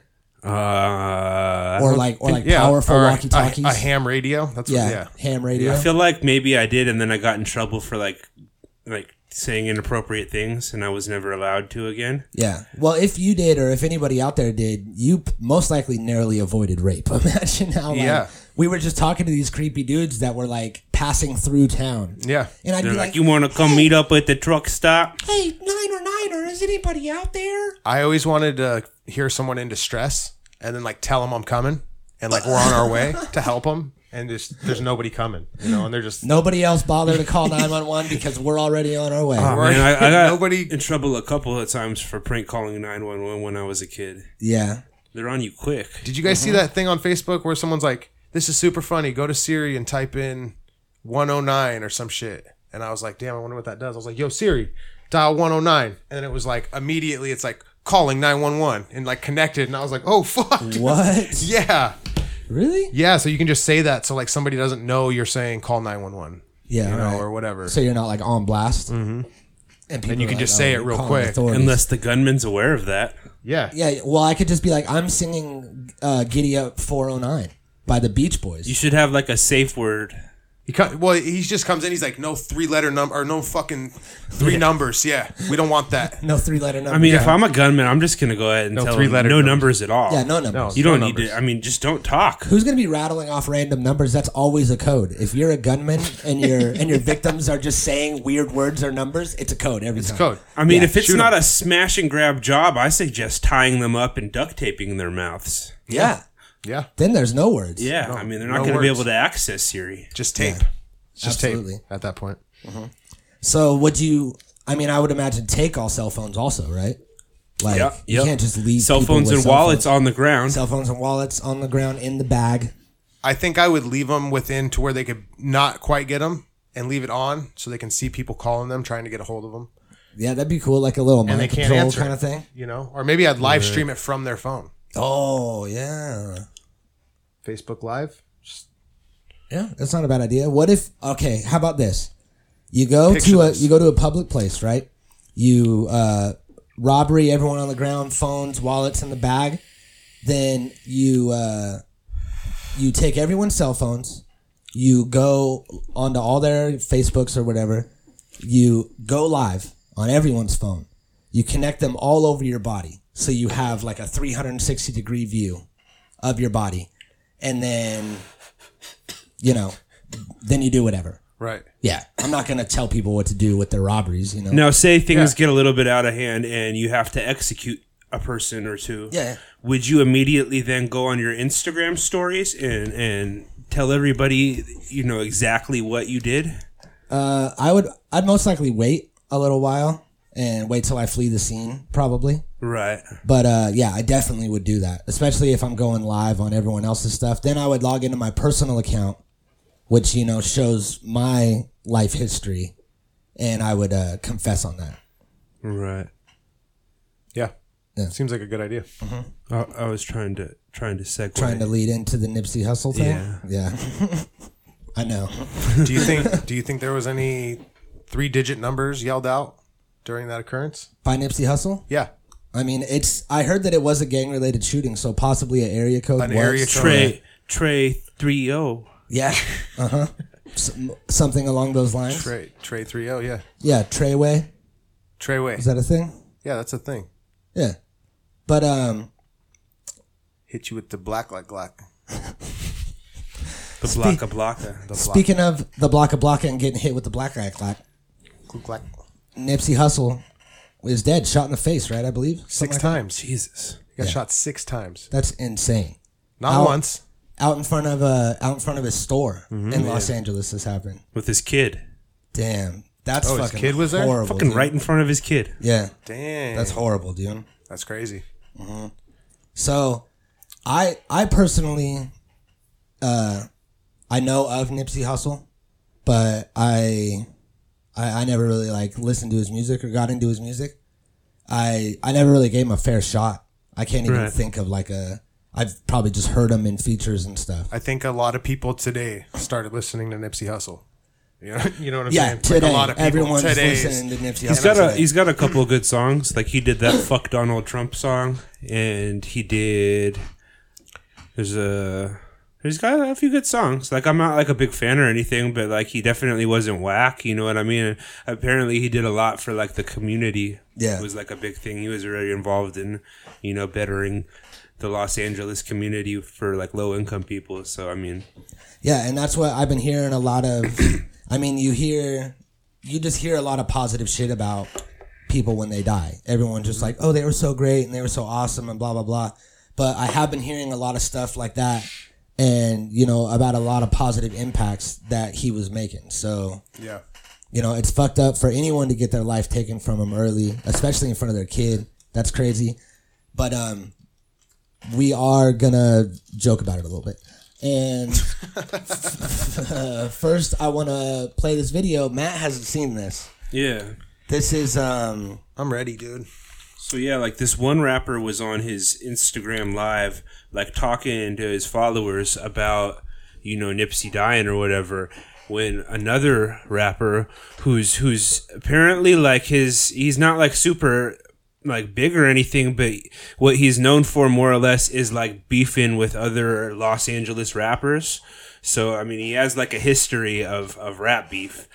S9: Uh,
S1: or like or like
S2: Yeah,
S1: powerful
S2: or a-
S1: walkie talkies?
S2: A, a ham radio. That's
S1: yeah,
S2: what, yeah.
S1: ham radio.
S9: I feel like maybe I did, and then I got in trouble for like like saying inappropriate things, and I was never allowed to again.
S1: yeah. Well, if you did, or if anybody out there did, you p- most likely narrowly avoided rape. Imagine how. Like,
S2: Yeah.
S1: We were just talking to these creepy dudes that were like passing through town.
S2: Yeah.
S1: And I'd
S9: They're
S1: be
S9: like,
S1: like,
S9: "You want to come meet up at the truck stop?"
S1: "Hey, niner, niner, is anybody out there?"
S2: I always wanted to hear someone in distress and then like tell them I'm coming and like we're on our way to help them and just there's nobody coming, you know, and they're just
S1: Nobody else bothered to call nine one one because we're already on our way.
S2: Uh-huh.
S9: Man, I, I got
S2: Nobody-
S9: in trouble a couple of times for prank calling nine one one when I was a kid.
S1: yeah.
S9: They're on you quick.
S2: Did you guys see that thing on Facebook where someone's like, "This is super funny. Go to Siri and type in 109 or some shit." And I was like, "Damn, I wonder what that does." I was like, "Yo, Siri, dial 109." And then it was like immediately it's like calling 911 and like connected and I was like, "Oh fuck."
S1: What?
S2: Yeah.
S1: Really?
S2: Yeah, so you can just say that so like somebody doesn't know you're saying call 911,
S1: Yeah.
S2: you know,
S1: right.
S2: or whatever.
S1: So you're not like on blast. people
S2: you
S1: are
S2: can just
S1: "Oh,
S2: say it
S1: you're
S2: real
S1: calling
S2: quick."
S1: authorities.
S9: Unless the gunman's aware of that.
S2: Yeah.
S1: yeah, well, I could just be like, I'm singing uh, "Giddy Up 409" by the Beach Boys.
S9: You should have like a safe word.
S2: He co- well, he just comes in. He's like, no three letter number or no fucking three numbers. Yeah, we don't want that.
S1: no three letter number.
S9: I mean, if I'm a gunman, I'm just gonna go ahead and
S2: No
S9: tell him
S2: three-letter
S9: no
S2: numbers.
S9: numbers. at all.
S1: yeah, no numbers.
S9: You don't need
S2: numbers.
S9: to. I mean, just don't talk.
S1: Who's gonna be rattling off random numbers? That's always a code. If you're a gunman and your and your victims are just saying weird words or numbers, it's a code every
S2: It's
S1: time.
S2: code.
S9: I mean, if it's
S2: shoot
S9: not a smash and grab job, I suggest tying them up and duct taping their mouths.
S1: Yeah.
S2: Yeah,
S1: Then there's no words.
S9: Yeah, I mean, they're not
S2: no
S9: going to be
S2: words.
S9: able to access Siri.
S2: just tape. It's just
S1: Absolutely.
S2: tape at that point.
S1: So would you? I mean, I would imagine take all cell phones also, right? Like
S9: Yep,
S1: you
S9: yep.
S1: can't just leave
S9: Cell
S1: people
S9: phones
S1: with
S9: and
S1: cell
S9: wallets
S1: phones.
S9: on the ground.
S1: cell phones and wallets on the ground in the bag.
S2: I think I would leave them within to where they could not quite get them and leave it on so they can see people calling them trying to get a hold of them
S1: Yeah, that'd be cool, like a little
S2: and
S1: mind
S2: they can't
S1: control
S2: answer
S1: kind
S2: it,
S1: of thing.
S2: you know. Or maybe I'd live stream it from their phone,
S1: Oh yeah,
S2: Facebook Live.
S1: yeah, that's not a bad idea. What if? Okay, how about this? You go to a
S2: Picture this.
S1: you go to a public place, right? You uh, robbery, everyone on the ground, phones, wallets in the bag. Then you uh, you take everyone's cell phones. You go onto all their Facebooks or whatever. You go live on everyone's phone. You connect them all over your body, so you have like a 360 degree view of your body, and then you know, then you do whatever.
S2: Right.
S1: Yeah, I'm not gonna tell people what to do with their robberies. You know.
S9: Now, say things
S2: Yeah.
S9: get a little bit out of hand and you have to execute a person or two.
S1: Yeah.
S9: Would you immediately then go on your Instagram stories and and tell everybody you know exactly what you did?
S1: Uh, I would. I'd most likely wait a little while and wait till I flee the scene, probably.
S9: Right.
S1: But uh, yeah, I definitely would do that, especially if I'm going live on everyone else's stuff. Then I would log into my personal account, which you know shows my life history, and I would uh, confess on that.
S9: Right.
S2: Yeah.
S1: Yeah.
S2: Seems like a good idea.
S9: I, I was trying to trying to segue.
S1: Trying to lead into the Nipsey Hustle thing.
S9: Yeah.
S1: Yeah. I know.
S2: Do you think? Do you think there was any three digit numbers yelled out during that occurrence?
S1: By Nipsey Hustle.
S2: Yeah.
S1: I mean, it's. I heard that it was a gang related shooting, so possibly an area code.
S2: An
S1: was
S2: area
S1: somewhere.
S9: Trey Trey three oh, O.
S1: Yeah. Uh huh. Some, something along those lines.
S2: Trey Trey three O. Yeah.
S1: Yeah, Treyway.
S2: Treyway.
S1: Is that a thing?
S2: yeah, that's a thing.
S1: Yeah. But um,
S2: Hit you with the black like black.
S9: The blocka blocka. The block.
S1: speaking of the block of block and getting hit with the black eye clock,
S2: Click clack.
S1: Nipsey Hussle is dead, shot in the face, right? I believe Something
S2: Six
S1: like-
S2: times. He
S9: Jesus.
S2: got shot six times.
S1: That's insane.
S2: Not
S1: How-
S2: once.
S1: Out in front of a out in front of his store
S2: Mm-hmm.
S1: in Los Angeles, this happened.
S9: With his kid.
S1: Damn, that's
S2: Oh, his
S1: fucking
S2: kid was there?
S1: horrible.
S9: Fucking
S1: dude.
S9: right in front of his kid.
S1: Yeah,
S2: Dang.
S1: that's horrible, dude.
S2: That's crazy.
S1: So, I I personally, uh, I know of Nipsey Hussle, but I, I I never really like listened to his music or got into his music. I I never really gave him a fair shot. I can't even
S9: Right.
S1: think of like a. I've probably just heard him in features and stuff.
S2: I think a lot of people today started listening to Nipsey Hussle. You know, you know what I'm
S1: yeah,
S2: saying? Like,
S1: today
S2: a lot of people
S1: everyone's
S2: today is-
S1: listening to Nipsey.
S9: He's
S1: Hussle
S9: got a
S1: today.
S9: he's got a couple of good songs. Like he did that "Fuck Donald Trump" song, and he did. There's a he's got a few good songs. Like I'm not like a big fan or anything, but like he definitely wasn't whack. You know what I mean? And apparently he did a lot for like the community.
S1: Yeah.
S9: it was like a big thing. He was already involved in, you know, bettering the Los Angeles community for like low income people. So I mean,
S1: Yeah, and that's what I've been hearing a lot of. I mean, you hear, you just hear a lot of positive shit about people when they die. Everyone just like, oh, they were so great and they were so awesome and blah, blah, blah. But I have been hearing a lot of stuff like that and, you know, about a lot of positive impacts that he was making. So,
S2: Yeah.
S1: you know, it's fucked up for anyone to get their life taken from them early, especially in front of their kid. That's crazy. But um, we are gonna joke about it a little bit. And uh, first, I want to play this video. Matt hasn't seen this.
S9: yeah.
S1: This is um,
S2: I'm ready, dude.
S9: So yeah, like this one rapper was on his Instagram live, like talking to his followers about you know Nipsey dying or whatever, when another rapper who's who's apparently like his he's not like super like big or anything, but what he's known for more or less is like beefing with other Los Angeles rappers. So I mean, he has like a history of of rap beef.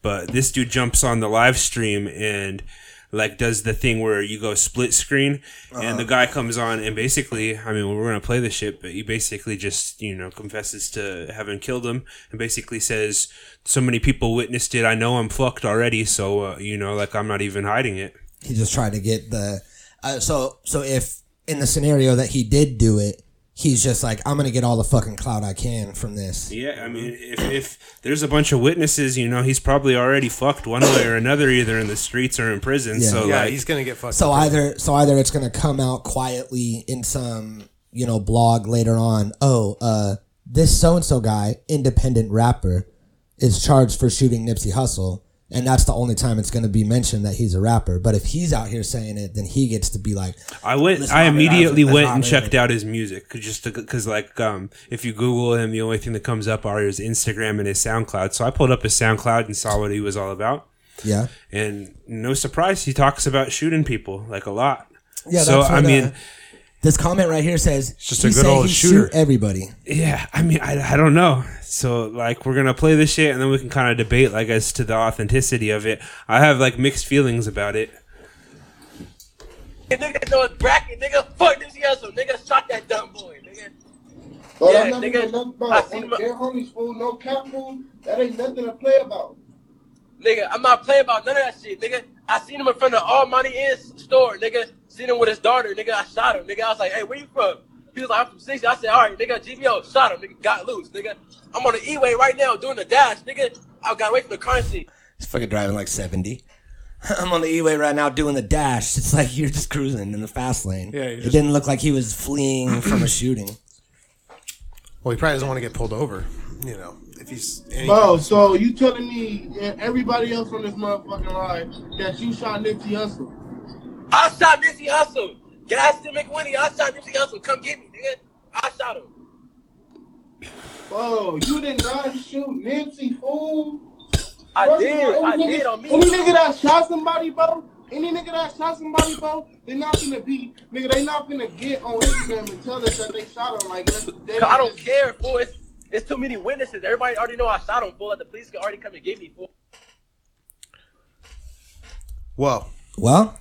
S9: But this dude jumps on the live stream and like does the thing where you go split screen and the guy comes on and basically I mean we're gonna play the shit but he basically just you know confesses to having killed him and basically says so many people witnessed it I know I'm fucked already so uh, you know like I'm not even hiding it
S1: He just tried to get the. Uh, so so if in the scenario that he did do it, he's just like, I'm gonna get all the fucking clout I can from this.
S9: Yeah, I mean, if, if there's a bunch of witnesses, you know, he's probably already fucked one way or another, either in the streets or in prison.
S1: Yeah.
S9: So
S2: Yeah,
S9: like,
S2: he's gonna get fucked.
S1: So
S2: up.
S1: either so either it's gonna come out quietly in some you know blog later on. Oh, uh, this so and so guy, independent rapper, is charged for shooting Nipsey Hussle, and that's the only time it's gonna be mentioned that he's a rapper. But if he's out here saying it, then he gets to be like,
S9: I went,
S1: Listen,
S9: I
S1: I'll be
S9: immediately
S1: honest,
S9: went
S1: that's
S9: and
S1: not
S9: checked out his music 'cause just because, like, um, if you Google him, the only thing that comes up are his Instagram and his SoundCloud. So I pulled up his SoundCloud and saw what he was all about,
S1: yeah,
S9: and no surprise, he talks about shooting people like a lot.
S1: yeah.
S9: so I
S1: what,
S9: mean,
S1: uh, this comment right here says
S2: just a
S1: he
S2: good
S1: say
S2: old
S1: he
S2: shooter.
S1: shoot everybody.
S9: Yeah, I mean, I, I don't know. So, like, we're gonna play this shit, and then we can kind of debate, like, as to the authenticity of it. I have like mixed feelings about it.
S11: Nigga, no, it's bracket, nigga. Fuck this yeso, nigga. Shot that dumb boy, nigga.
S12: But
S11: Yeah,
S12: I'm not
S11: nigga,
S12: nigga, nothing
S11: I
S12: about
S11: seen
S12: on
S11: my-
S12: their homies fool, no cap fool. That ain't nothing to play about.
S11: Nigga, I'm not playing about none of that shit, nigga. I seen him in front of Almighty Inn's store, nigga. Seen him with his daughter, nigga. I shot him, nigga. I was like, hey, where you from? He was like, I'm from 60. I said, all right, nigga, GBO, shot him, nigga. Got loose, nigga. I'm on the E-way right now doing the dash, nigga. I got away from the currency.
S1: He's fucking driving like seventy. I'm on the E-way right now doing the dash. It's like you're just cruising in the fast lane.
S2: Yeah, you're
S1: it
S2: just-
S1: didn't look like he was fleeing from a shooting.
S2: well, he probably doesn't want to get pulled over. You know, if he's any-
S12: Bro, so you telling me and everybody else on this motherfucking line that you shot Nipsey Hussle?
S11: I shot Nipsey Hussle. Gas to McWinnie. I shot Nipsey Hussle. Come get me, nigga. I shot him.
S12: Bro, you did not shoot Nipsey, fool.
S11: I
S12: First of
S11: did,
S12: all,
S11: I
S12: any
S11: did
S12: nigga-
S11: on me.
S12: Any nigga that shot somebody, bro, any nigga that shot somebody, bro, they not gonna be, nigga, they not gonna get on Instagram and tell us that they shot him. Like, that's, they,
S11: I don't care, fool. It's, it's too many witnesses. Everybody already know I shot him, fool. Like, the police can already come and get me, fool.
S2: well,
S1: Well,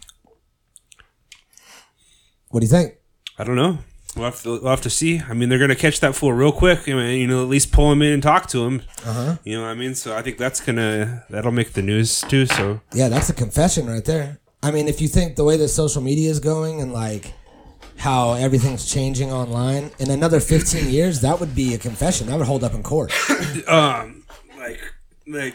S1: what do you think?
S9: I don't know. We'll have to, we'll have to see. I mean, they're gonna catch that fool real quick. I mean, you know, at least pull him in and talk to him.
S1: Uh-huh.
S9: You know what I mean? So I think that's gonna that'll make the news too. So
S1: Yeah, that's a confession right there. I mean, if you think the way that social media is going and like how everything's changing online, in another 15 years, that would be a confession. That would hold up in court.
S9: um like like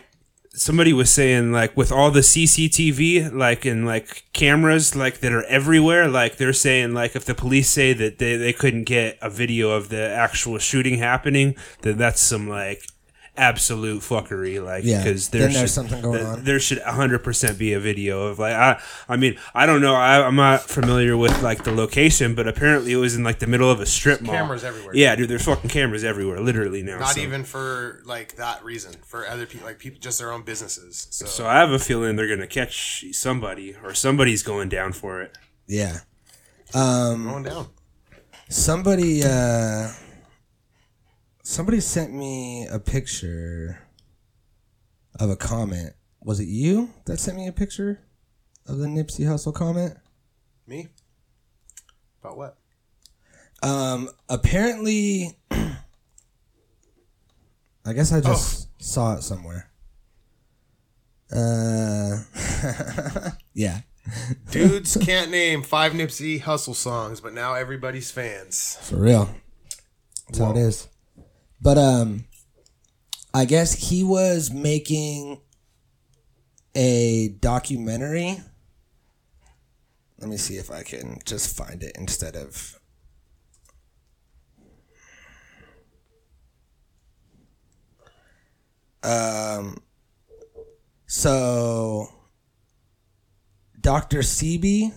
S9: somebody was saying like with all the CCTV like and like cameras like that are everywhere like they're saying like if the police say that they, they couldn't get a video of the actual shooting happening then that's some like absolute fuckery like
S1: Yeah,
S9: because
S1: then there's something going
S9: there,
S1: on.
S9: there should 100% be a video of like i i mean i don't know I, i'm not familiar with like the location but apparently it was in like the middle of a strip mall
S2: cameras everywhere.
S9: yeah dude there's fucking cameras everywhere literally now
S2: not
S9: so.
S2: even for like that reason. For other people, like people, just their own businesses. So,
S9: So I have a feeling they're gonna catch somebody, or somebody's going down for it.
S1: Yeah. Um,
S2: going down.
S1: Somebody uh somebody sent me a picture of a comment. Was it you that sent me a picture of the Nipsey Hustle comment?
S2: Me? About what?
S1: Um apparently I guess I just saw it somewhere. Uh yeah.
S2: Dudes can't name five Nipsey Hustle songs, but now everybody's fans.
S1: For real. That's how it is. But um I guess he was making a documentary. Let me see if I can just find it instead of um so Dr. Sebi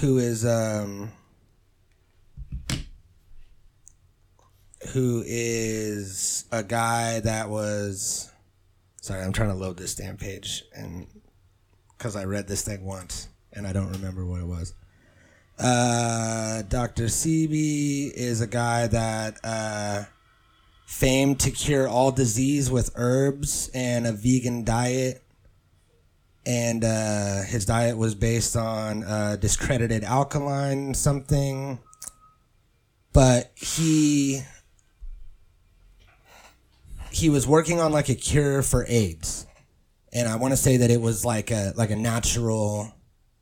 S1: who is um who is a guy that was. Sorry, I'm trying to load this damn page, and because I read this thing once and I don't remember what it was. Uh, Dr. Sebi is a guy that uh, famed to cure all disease with herbs and a vegan diet. And uh, his diet was based on uh, discredited alkaline something. But he he was working on like a cure for AIDS, and I want to say that it was like a like a natural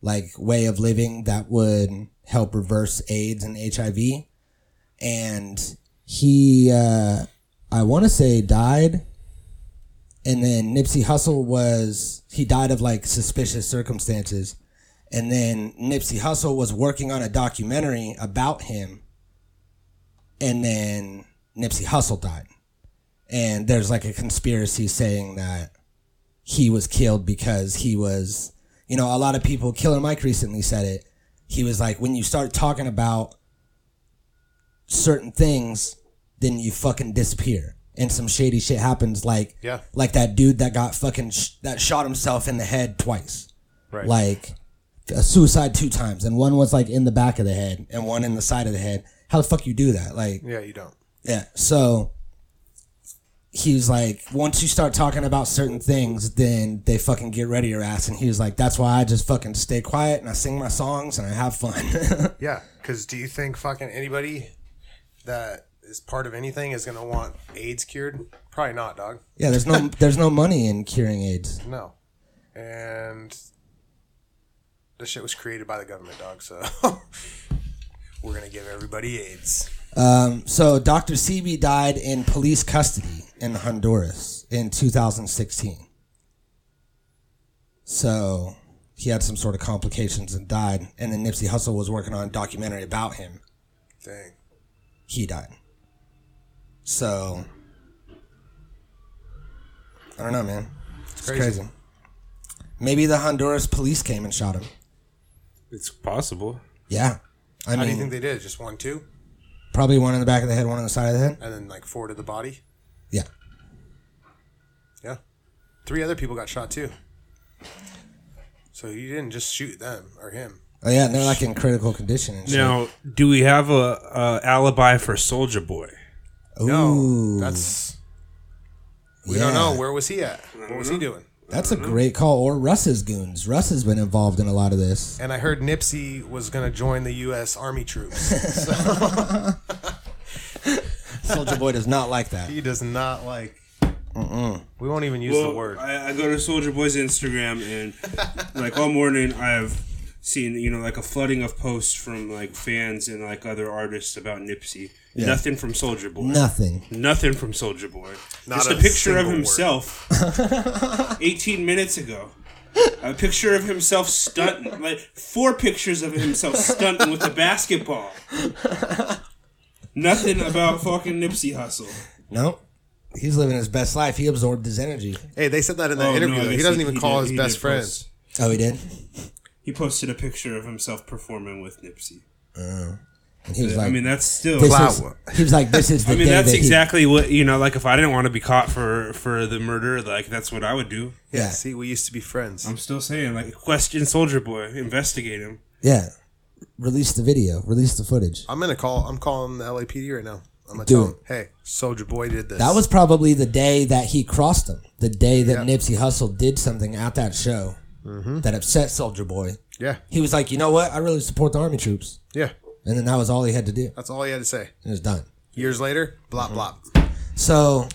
S1: like way of living that would help reverse AIDS and HIV. And he, uh, I want to say, died. And then Nipsey Hussle was he died of like suspicious circumstances. And then Nipsey Hussle was working on a documentary about him. And then Nipsey Hussle died. And there's like a conspiracy saying that he was killed because he was, you know, a lot of people, Killer Mike recently said it. He was like, when you start talking about certain things, then you fucking disappear. And some shady shit happens, like
S2: Yeah.
S1: like that dude that got fucking sh- that shot himself in the head twice,
S2: Right.
S1: Like a suicide two times, and one was like in the back of the head, and one in the side of the head. How the fuck you do that? Like
S2: Yeah, you don't.
S1: yeah. So he was like, once you start talking about certain things, then they fucking get rid of your ass. And he was like, that's why I just fucking stay quiet and I sing my songs and I have fun.
S2: Yeah, because do you think fucking anybody that is part of anything is gonna want AIDS cured? Probably not, dog.
S1: yeah. There's no there's no money in curing AIDS.
S2: No. And this shit was created by the government, dog. So we're gonna give everybody AIDS.
S1: Um, so Dr. CB died in police custody in Honduras in 2016. So he had some sort of complications and died. And then Nipsey Hussle was working on a documentary about him.
S2: Dang.
S1: He died. So I don't know, man. It's,
S2: crazy.
S1: crazy. Maybe the Honduras police came and shot him.
S9: It's possible.
S1: Yeah, I
S2: How do
S1: mean,
S2: you think they did? Just one, two,
S1: probably one in the back of the head, one on the side of the head.
S2: and then like four to the body.
S1: Yeah.
S2: Yeah. Three other people got shot too. So you didn't just shoot them or him.
S1: Oh yeah, and they're like in critical condition. And shit.
S9: Now, do we have a, a alibi for Soldier Boy?
S1: Ooh.
S2: That's We don't know where was he at. What was he doing?
S1: That's a great call. Or Russ's goons. Russ has been involved in a lot of this.
S2: And I heard Nipsey was gonna join the U.S. Army troops. So
S1: Soldier Boy does not like that.
S2: he does not like. We won't even use
S9: well,
S2: the word.
S9: I, I go to Soldier Boy's Instagram and like all morning I've seen you know like a flooding of posts from like fans and like other artists about Nipsey.
S1: Yeah.
S9: Nothing from Soldier Boy.
S1: Nothing.
S9: Nothing from Soldier Boy.
S2: Not
S9: Just
S2: a
S9: a, picture of
S2: single
S9: himself. Eighteen minutes ago. A picture of himself stunting, like four pictures of himself stunting with a basketball. Nothing about fucking Nipsey Hustle.
S1: Nope. He's living his best life. He absorbed his energy.
S2: Hey, they said that in the
S9: Oh, no,
S2: interview.
S9: I
S2: though. he
S9: guess
S2: doesn't
S9: he-
S2: even
S9: he
S2: call
S9: did-
S2: his
S9: he
S2: best
S9: did
S2: friend.
S9: post.
S1: Oh, he did?
S9: He posted a picture of himself performing with Nipsey.
S1: Uh, and he was
S9: I
S1: like,
S9: mean, that's still-
S1: this
S9: Wow.
S1: is- he was like, this is the
S9: I mean,
S1: day
S9: that's
S1: that he-
S9: exactly what you know. Like, if I didn't want to be caught for for the murder, like that's what I would do.
S2: Yeah, See, we used to be friends.
S9: I'm still saying, like, question Soldier Boy, investigate him.
S1: yeah. Release the video. Release the footage.
S2: I'm gonna call. I'm calling the LAPD right now. I'm gonna
S1: Do
S2: tell
S1: it.
S2: them, hey, Soldier Boy did this.
S1: That was probably the day that he crossed him. The day that Nipsey Hussle did something at that show that upset Soldier Boy.
S2: Yeah.
S1: He was like, you know what? I really support the army troops.
S2: Yeah.
S1: And then that was all he had to do.
S2: That's all he had to say.
S1: It was done.
S2: Years later, blop blop.
S1: So,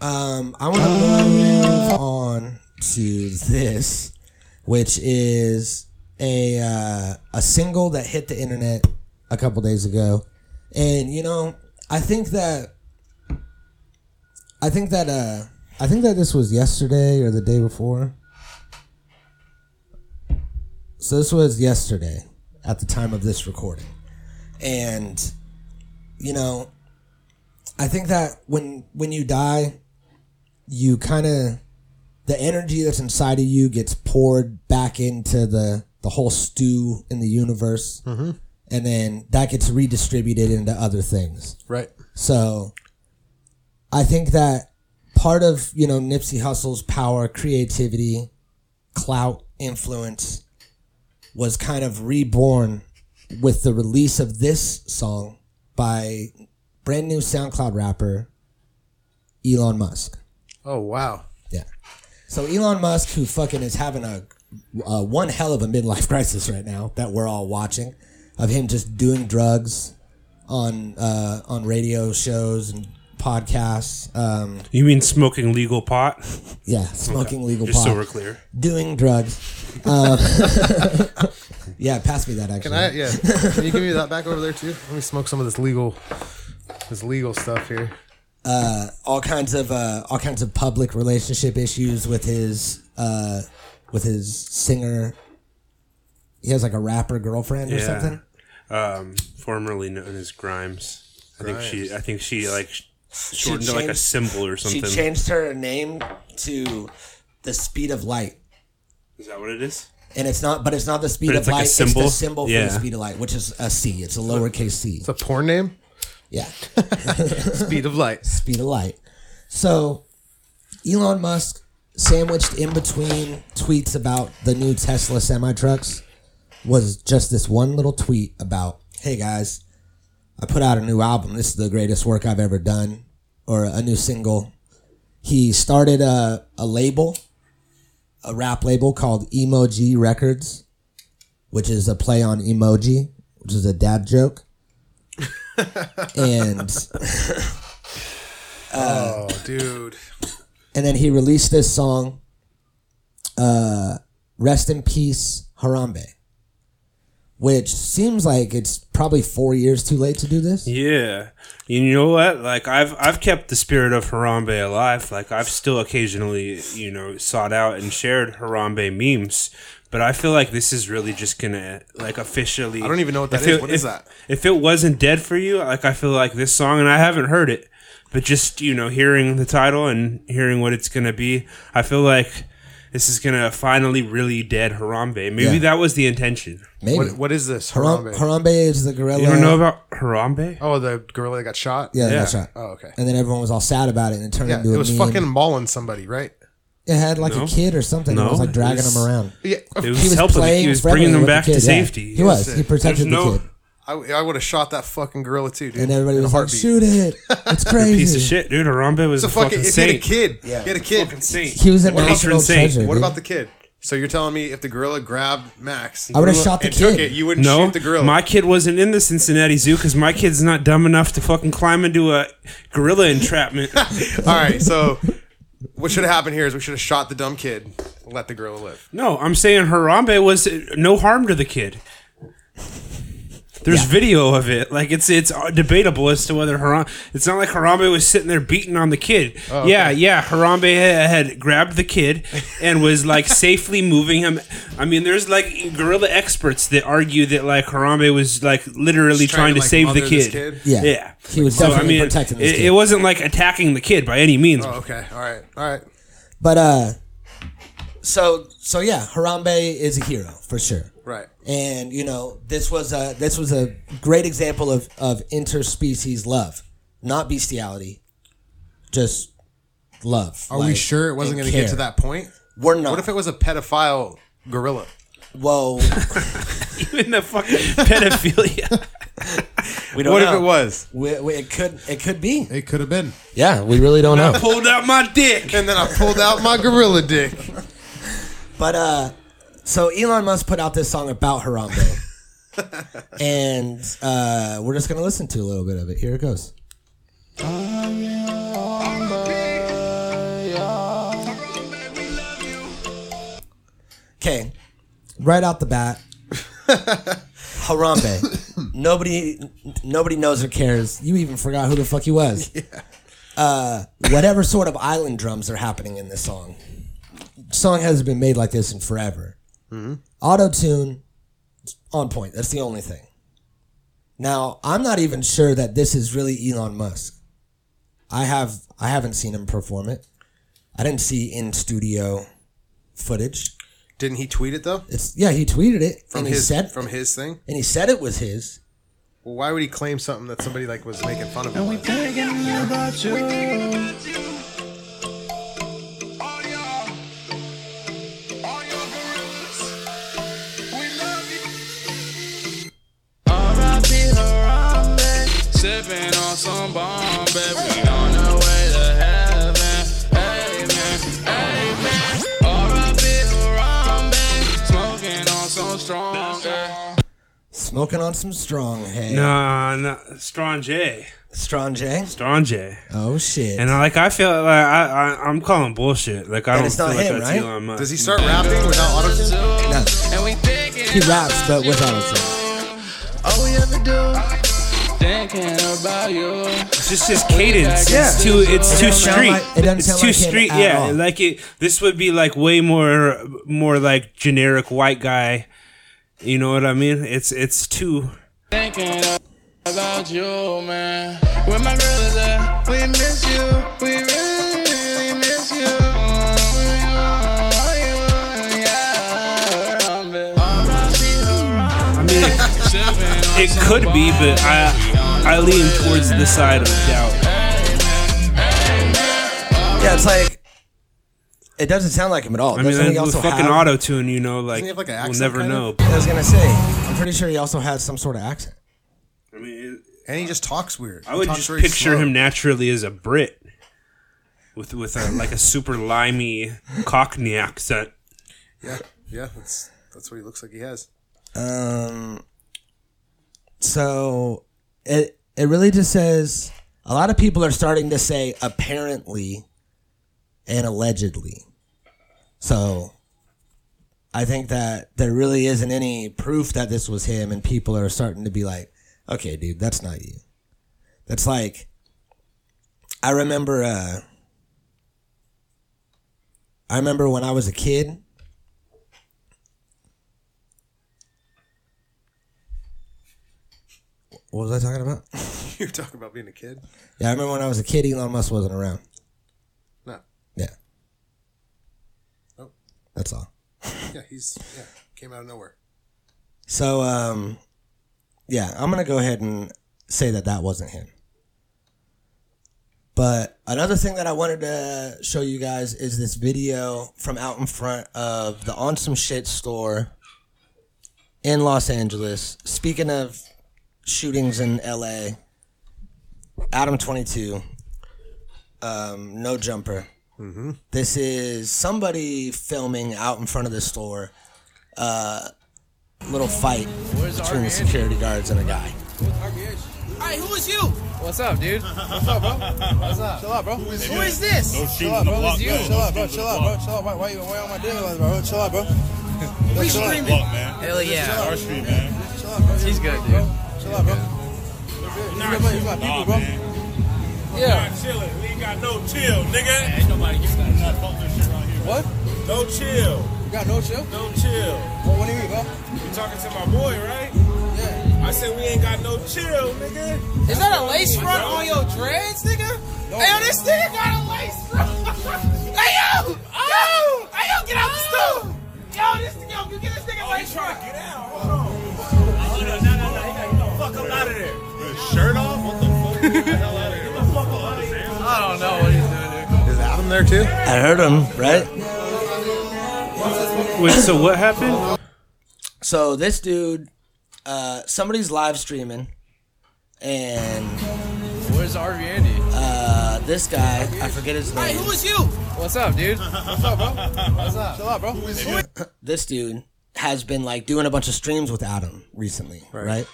S1: um, I want to move on to this, which is a uh, a single that hit the internet a couple days ago, and you know, I think that I think that uh, I think that this was yesterday or the day before. So this was yesterday at the time of this recording, and you know I think that when when you die, you kind of the energy that's inside of you gets poured back into the the whole stew in the universe,
S2: Mhm.
S1: and then that gets redistributed into other things.
S2: Right.
S1: So I think that part of you know Nipsey Hussle's power, creativity, clout, influence was kind of reborn with the release of this song by brand new SoundCloud rapper Elon Musk.
S2: Oh wow.
S1: Yeah. So Elon Musk, who fucking is having a uh, one hell of a midlife crisis right now that we're all watching, of him just doing drugs on uh, on radio shows and podcasts. Um,
S9: You mean smoking legal pot?
S1: Yeah, smoking legal
S9: Just
S1: pot.
S9: so we're clear.
S1: Doing drugs. Uh, yeah, pass me that. Actually,
S2: Can I? Yeah. Can you give me that back over there too? Let me smoke some of this legal, this legal stuff here.
S1: uh, all kinds of uh, all kinds of public relationship issues with his uh, with his singer. He has like a rapper girlfriend or something.
S9: Um, formerly known as Grimes. I think she. I think she like sh- shortened
S1: She
S9: it like a
S1: changed-
S9: symbol or something.
S1: She changed her name to the speed of light,
S9: Is that what it is?
S1: and it's not. But it's not the speed
S9: But
S1: of
S9: it's like a
S1: light. It's
S9: symbol?
S1: the symbol for
S9: Yeah.
S1: the speed of light, which is a C. It's a lowercase C. It's
S2: a porn name.
S1: Yeah.
S2: Speed of light.
S1: Speed of light. So, Elon Musk sandwiched in between tweets about the new Tesla semi trucks was just this one little tweet about, "Hey guys, I put out a new album. This is the greatest work I've ever done, or a new single." He started a, a label, a rap label called Emoji Records, which is a play on emoji, which is a dad joke. and
S2: oh, dude.
S1: and then he released this song uh rest in peace harambe which seems like it's probably four years too late to do this
S9: Yeah, you know what? Like I've I've kept the spirit of Harambe alive. Like I've still occasionally you know sought out and shared Harambe memes. But I feel like this is really just gonna like officially.
S2: I don't even know what
S9: that
S2: that
S9: is.
S2: is. What is
S9: if,
S2: that?
S9: If it wasn't dead for you, like I feel like this song, and I haven't heard it, but just you know hearing the title and hearing what it's gonna be, I feel like this is gonna finally really dead Harambe. Maybe
S1: Yeah.
S9: that was the intention.
S1: Maybe.
S2: What, what is this?
S1: Haram-
S2: Harambe.
S1: harambe is the gorilla
S9: You don't know about Harambe?
S2: Oh, the gorilla that got shot.
S1: yeah, that's right
S2: Oh, okay.
S1: and then everyone was all sad about it and it turned
S2: Yeah,
S1: into
S2: it
S1: a
S2: was
S1: meme.
S2: fucking mauling somebody, right?
S1: it had like a
S9: No.
S1: kid or something that
S9: No,
S1: was like
S9: it
S1: dragging
S9: was-
S1: him around
S2: Yeah,
S9: It was helping- he was
S1: friendly
S9: bringing them
S1: with the
S9: back to
S1: kid, yeah.
S9: safety.
S1: he was he protected the
S9: There's no-
S1: kid
S2: I, I would have shot that fucking gorilla too, dude.
S1: and everybody
S2: In a
S1: was like
S2: heartbeat.
S1: shoot it it's crazy
S9: piece of shit, dude. Harambe was
S2: It's a fucking. If he had a kid, yeah, he had a kid.
S1: He was a
S2: What about-
S1: national treasure,
S2: What
S1: dude.
S2: about the kid? So you're telling me if the gorilla grabbed Max,
S1: I would've shot the
S2: and took
S1: kid.
S2: it, you wouldn't
S9: No,
S2: shoot the gorilla.
S9: my kid wasn't in the Cincinnati Zoo because my kid's not dumb enough to fucking climb into a gorilla entrapment.
S2: All right, so what should have happened here is we should have shot the dumb kid, let the gorilla live.
S9: No, I'm saying Harambe was uh, no harm to the kid. There's video of it. Like it's it's debatable as to whether Harambe. It's not like Harambe was sitting there beating on the kid.
S13: Oh,
S9: Yeah,
S13: okay.
S9: yeah. Harambe ha- had grabbed the kid and was like safely moving him. I mean, there's like gorilla experts that argue that like Harambe was like literally
S1: Just trying to,
S9: trying,
S1: like,
S9: to, save the
S1: mother this
S9: kid.
S1: kid? Yeah.
S9: Yeah,
S1: He was definitely protecting this
S9: it,
S1: kid.
S9: it wasn't like attacking the kid by any means.
S2: Oh, okay. All right. All right.
S1: But uh so so yeah, Harambe is a hero for sure.
S2: Right.
S1: And you know, this was a this was a great example of of interspecies love, not bestiality. Just love.
S2: Are we
S1: like,
S2: sure it wasn't
S1: and
S2: going to get
S1: care.
S2: to that point?
S1: We're not.
S2: What if it was a pedophile gorilla?
S1: Whoa.
S9: you in the fucking pedophilia.
S1: We don't
S2: what
S1: know.
S2: if it was?
S1: We, we, it could it could be.
S2: It could have been.
S1: Yeah, we really don't know.
S9: pulled out my dick,
S2: and then I pulled out my gorilla dick.
S1: But uh so Elon Musk put out this song about Harambe. and uh we're just gonna listen to a little bit of it. Here it goes. Okay. Right out the bat. Harambe. nobody nobody knows or cares. You even forgot who the fuck he was. Uh, whatever sort of island drums are happening in this song. Song hasn't been made like this in forever. Mm-hmm. Auto tune on point. That's the only thing. Now, I'm not even sure that this is really Elon Musk. I have I haven't seen him perform it. I didn't see in studio footage.
S2: Didn't he tweet it though?
S1: It's yeah, he tweeted it
S2: From
S1: and
S2: his
S1: he said
S2: from his thing.
S1: and he said it was his.
S2: Well, why would he claim something that somebody like was making fun of him?
S10: And we thinking about you. R.I.P. Harambe. Sipping on some Bombay. We on our way to heaven. Amen. Amen. R.I.P. Harambe. Smoking on some strong. eh.
S1: Smoking on some strong hay.
S9: Nah, nah, Strong J.
S1: Strong J.
S9: Strong J.
S1: Oh shit.
S9: And like I feel like I, I I'm calling bullshit. Like I
S1: And
S9: don't
S1: it's
S9: feel
S1: not
S9: like
S1: him,
S9: that's
S1: right?
S9: Elon Musk.
S2: Does he start rapping without autotune?
S1: No.
S10: And we thinking
S1: He raps, but with autotune.
S10: All we ever do thinking about you.
S9: It's just his cadence. It's too. It's
S10: It
S9: too
S10: don't sound
S9: street.
S10: like- it doesn't
S9: it's
S10: sound
S9: too
S10: like him
S9: street.
S10: at
S9: yeah,
S10: all.
S9: like it. This would be like way more, more like generic white guy. You know what I mean? It's it's too.
S10: Thinking about you, man. Where my girl is at? We miss you. We really miss you.
S9: I mean, it could be, but I I lean towards the side of doubt.
S1: Yeah, it's like it doesn't sound like him at all.
S9: I mean,
S1: Doesn't he
S9: that was
S1: also
S9: fucking
S1: have-
S9: auto tune. You know, like,
S1: Doesn't he have, like, an
S9: we'll
S1: accent
S9: never
S1: kind of?
S9: know.
S1: I was gonna say, I'm pretty sure he also has some sort of accent.
S9: I mean,
S2: and he just talks weird.
S9: I would just picture him naturally as a Brit, with with a, like a super limey Cockney accent.
S2: Yeah, yeah, that's that's what he looks like. He has.
S1: Um, so it it really just says a lot of people are starting to say apparently and allegedly. So I think that there really isn't any proof that this was him, and people are starting to be like, "Okay, dude, that's not you." That's like I remember. Uh, I remember when I was a kid. What was I talking about?
S2: You're talking about being a kid.
S1: Yeah, I remember when I was a kid, Elon Musk wasn't around.
S2: No.
S1: Yeah.
S2: Oh.
S1: That's all.
S2: Yeah, he's yeah came out of nowhere.
S1: So, um, yeah, I'm going to go ahead and say that that wasn't him. But another thing that I wanted to show you guys is this video from out in front of the On Some Shit store in Los Angeles. Speaking of shootings in LA, Adam 22, um, no jumper.
S2: Mm-hmm.
S1: This is somebody filming out in front of the store. Uh, little fight between the security guards and a guy.
S13: Alright, who is you? What's up, dude? What's
S10: up,
S13: bro? What's up? Chill out, bro. Who
S10: is
S13: is,
S10: you?
S13: this?
S10: Those shoes
S13: chill out,
S10: in the
S13: bro. Who
S10: block,
S13: is you?
S10: man.
S13: Chill out, bro.
S10: Those shoes in
S13: Chill
S10: the
S13: out, bro. Chill out. Why, why, you- why am I dealing with, bro? Chill out, bro.
S10: We
S13: Chill out.
S10: screaming. Block, man.
S13: Hell
S10: This is
S13: yeah.
S10: our street, man.
S13: Chill out, bro. He's good, dude. Chill out, bro. He's my- he's my people, bro. Yeah.
S14: chilling. We ain't got no chill, nigga. Ain't nobody giving that shit. Fuck this shit right here.
S13: What?
S14: No chill.
S13: You got no chill?
S14: No chill.
S13: What, what do you mean, bro?
S14: You talking to my boy, right? Yeah. I said we ain't got no chill, nigga.
S13: Is that a lace front on your dreads, nigga? Hey, yo, this nigga got a lace front. hey, yo! Oh! Hey, yo, get out the stool! Yo, this nigga, you get this nigga lace front. Get out.
S14: Hold on, no, no, no. Get the fuck up out of there.
S2: Shirt off? What the
S13: I don't know what he's doing, dude.
S2: Is Adam there too?
S1: I heard him, right?
S9: Wait, so what happened?
S1: So this dude, uh, somebody's live streaming, and
S13: where's RV Andy?
S1: Uh, this guy, I forget his
S13: Hey,
S1: name.
S13: who is you? What's up, dude? What's up, bro? What's up? Chill out, bro. Who is you?
S1: This dude has been like doing a bunch of streams with Adam recently, right?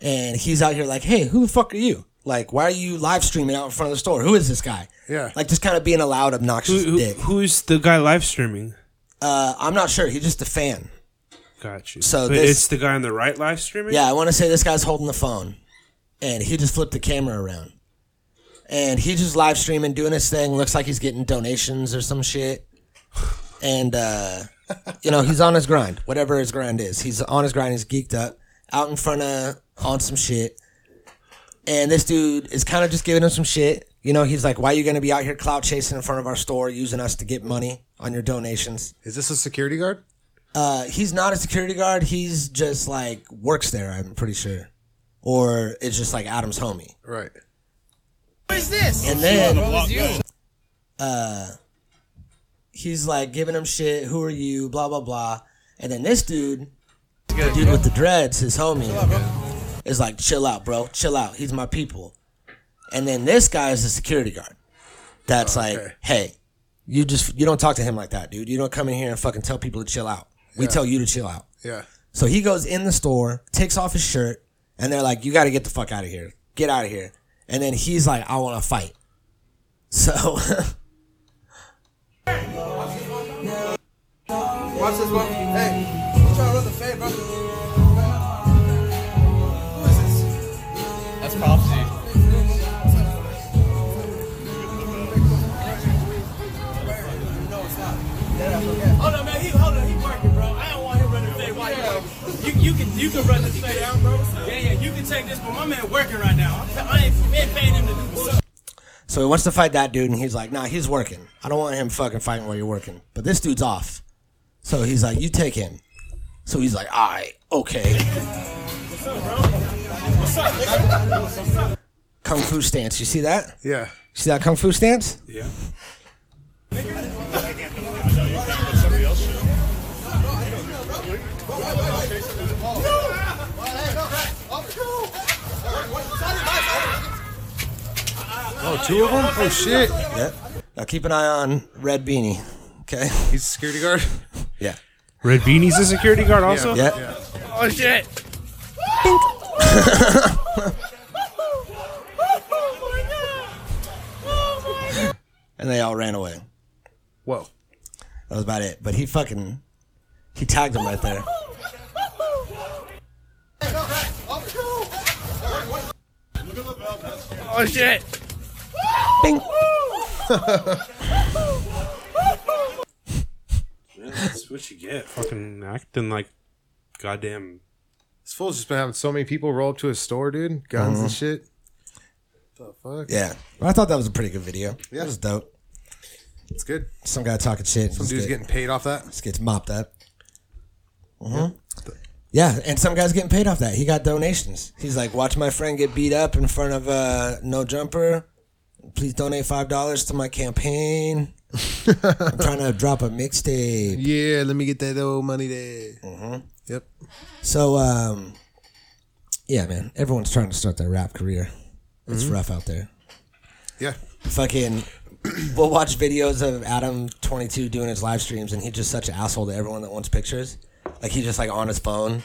S1: And he's out here like, "Hey, who the fuck are you? Like, why are you live streaming out in front of the store? Who is this guy?"
S9: Yeah.
S1: like just kind of being a loud, obnoxious dick.
S9: who's the guy live streaming?
S1: Uh, I'm not sure. He's just a fan.
S9: Got you.
S1: So
S9: But
S1: this-
S9: it's the guy on the right live streaming.
S1: Yeah, I want to say this guy's holding the phone, and he just flipped the camera around, and he just live streaming, doing his thing. Looks like he's getting donations or some shit, and uh, you know he's on his grind, whatever his grind is. He's on his grind. He's geeked up, out in front of on some shit, and this dude is kind of just giving him some shit. You know, he's like, "Why you gonna be out here clout chasing in front of our store, using us to get money on your donations?"
S2: Is this a security guard?
S1: Uh, he's not a security guard. He's just like works there. I'm pretty sure. or it's just like Adam's homie.
S2: Right.
S13: What is this?
S1: And then
S13: What was you?
S1: uh he's like giving him shit, who are you, blah blah blah. And then this dude, the dude with the dreads, his homie, is like, chill out, bro, chill out. He's my people. And then this guy is the security guard.
S13: Oh,
S1: That's like, hey, you just you don't talk to him like that, dude. You don't come in here and fucking tell people to chill out. We
S2: Yeah.
S1: tell you to chill out.
S2: Yeah.
S1: So he goes in the store, takes off his shirt, and they're like, "You got to get the fuck out of here. Get out of here." And then he's like, "I want to fight." So
S13: Watch this one. Hey, I'm trying to run the fade, bro. Who is this? That's Popsy.
S10: Hold on, man. He, hold on. He working, bro. I don't want him running fade while you working. You, you can, you can run this fade down, bro. Yeah, yeah. You can take this, but my man working right now. I'm, I ain't, we ain't paying him to do bullshit.
S1: So he wants to fight that dude, and he's like, "Nah, he's working. I don't want him fucking fighting while you're working." But this dude's off, so he's like, "You take him." So he's like, "All right, okay."
S10: What's up, bro? What's up, nigga? What's up?
S1: Kung fu stance. You see that?
S2: Yeah.
S1: See that kung fu stance?
S2: Yeah.
S1: Oh, two of them? Oh shit! Yep. Now keep an eye on Red Beanie. Okay.
S2: He's a security guard.
S1: Yeah.
S9: Red Beanie's a security guard also?
S1: Yeah.
S9: Oh shit.
S1: and they all ran away.
S2: Whoa.
S1: That was about it. But he fucking he tagged him right there.
S10: Oh shit!
S1: Bing.
S9: That's what you get. Fucking acting like goddamn.
S2: This fool's just been having so many people roll up to his store, dude. Guns and
S1: Mhm.
S2: shit. The fuck?
S1: Yeah. Well, I thought that was a pretty good video.
S2: Yeah.
S1: It was dope.
S2: It's good.
S1: Some guy talking shit.
S2: Some
S1: just
S2: dude's
S1: get-
S2: getting paid off that.
S1: just gets mopped up. Mhm. Yeah, and some guy's getting paid off that. He got donations. He's like, watch my friend get beat up in front of uh, No Jumper. Please donate five dollars to my campaign. I'm trying to drop a mixtape.
S2: Yeah, let me get that old money there. Mm-hmm. Yep.
S1: So, um, yeah, man, everyone's trying to start their rap career. It's
S2: Mhm.
S1: rough out there.
S2: Yeah.
S1: Fucking, we'll watch videos of Adam twenty two doing his live streams, and he's just such an asshole to everyone that wants pictures. Like he's just like on his phone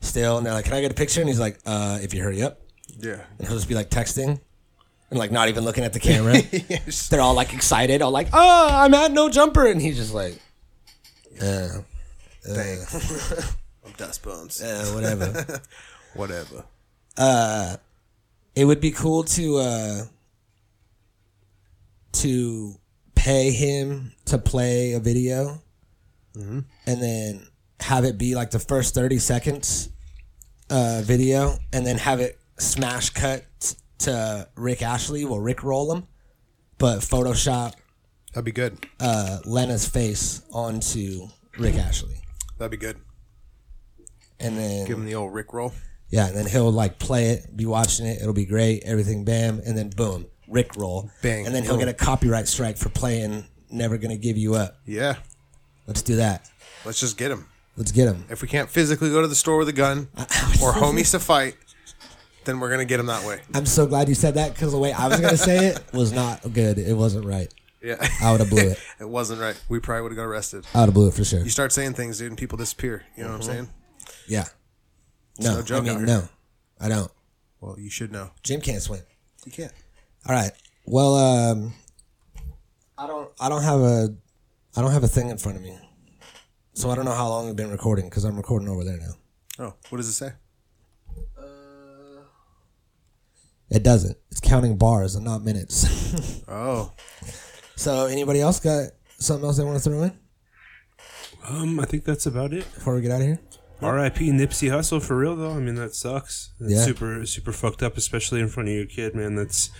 S1: still, and they're like, "Can I get a picture?" And he's like, "Uh, if you hurry up."
S2: Yeah.
S1: And he'll just be like texting. And like not even looking at the camera. They're all like excited, all like, "Oh, I'm at no jumper," and he's just like, "Yeah, uh,
S2: Thanks. I'm dust bones.
S1: Yeah, whatever.
S2: whatever.
S1: uh it would be cool to uh to pay him to play a video
S2: Mhm.
S1: and then have it be like the first 30 seconds uh video and then have it smash cut t- to Rick Ashley will Rick roll him but photoshop
S2: that'd be good
S1: uh Lena's face onto Rick Ashley
S2: That'd be good.
S1: and then
S2: Give him the old Rick roll.
S1: Yeah, and then he'll like play it, be watching it, it'll be great, everything, bam, and then boom, Rick roll.
S2: Bang,
S1: And then he'll
S2: boom.
S1: get a copyright strike for playing Never Gonna Give You Up.
S2: Yeah.
S1: Let's do that.
S2: Let's just get him.
S1: Let's get him.
S2: If we can't physically go to the store with a gun or homies to fight, then we're gonna get him that way.
S1: I'm so glad you said that because the way I was gonna say it was not good. It wasn't right.
S2: Yeah.
S1: I would have blew it.
S2: It wasn't right. We probably would have got arrested.
S1: I would've blew it for sure.
S2: You start saying things, dude, and people disappear. You know what I'm saying?
S1: Yeah.
S2: It's
S1: No,
S2: no
S1: I
S2: joke out
S1: mean
S2: here.
S1: no, I don't.
S2: Well, you should know.
S1: Jim can't swim.
S2: You can't.
S1: All right. Well, um, I don't. I don't have a. I don't have a thing in front of me, so I don't know how long we've been recording because I'm recording over there now.
S2: Oh, what does it say?
S1: It doesn't. It's counting bars and not minutes.
S2: oh.
S1: So anybody else got something else they want to throw in
S9: Um, I think that's about it.
S1: before we get out of here?
S9: R.I.P. Nipsey Hussle for real though. I mean that sucks. That's
S1: Yeah.
S9: super super fucked up, especially in front of your kid, man. That's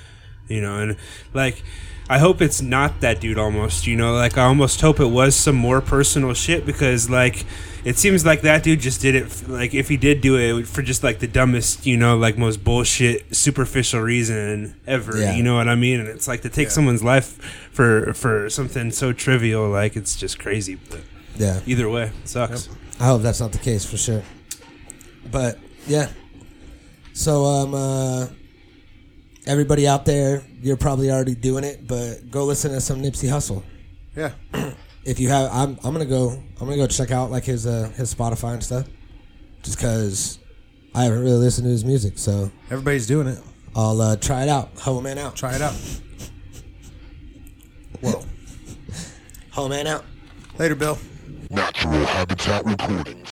S9: you know, and like I hope it's not that dude almost, you know, like I almost hope it was some more personal shit because like it seems like that dude just did it f- like if he did do it for just like the dumbest, you know, like most bullshit superficial reason ever,
S1: Yeah.
S9: you know what I mean? And it's like to take someone's life for for something so trivial like it's just crazy. But
S1: Yeah.
S9: Either way, it sucks.
S1: I hope that's not the case for sure. But yeah. So um uh everybody out there, you're probably already doing it, but go listen to some Nipsey Hustle.
S2: Yeah.
S1: if you have I'm I'm going to go I'm going to go check out like his uh his Spotify and stuff just cuz I haven't really listened to his music, so
S2: everybody's doing it.
S1: I'll uh, try it out. Hoe a man out.
S2: Try it out. Whoa.
S1: Hoe a man out.
S2: Later, Bill.
S15: Natural Habitat Recording.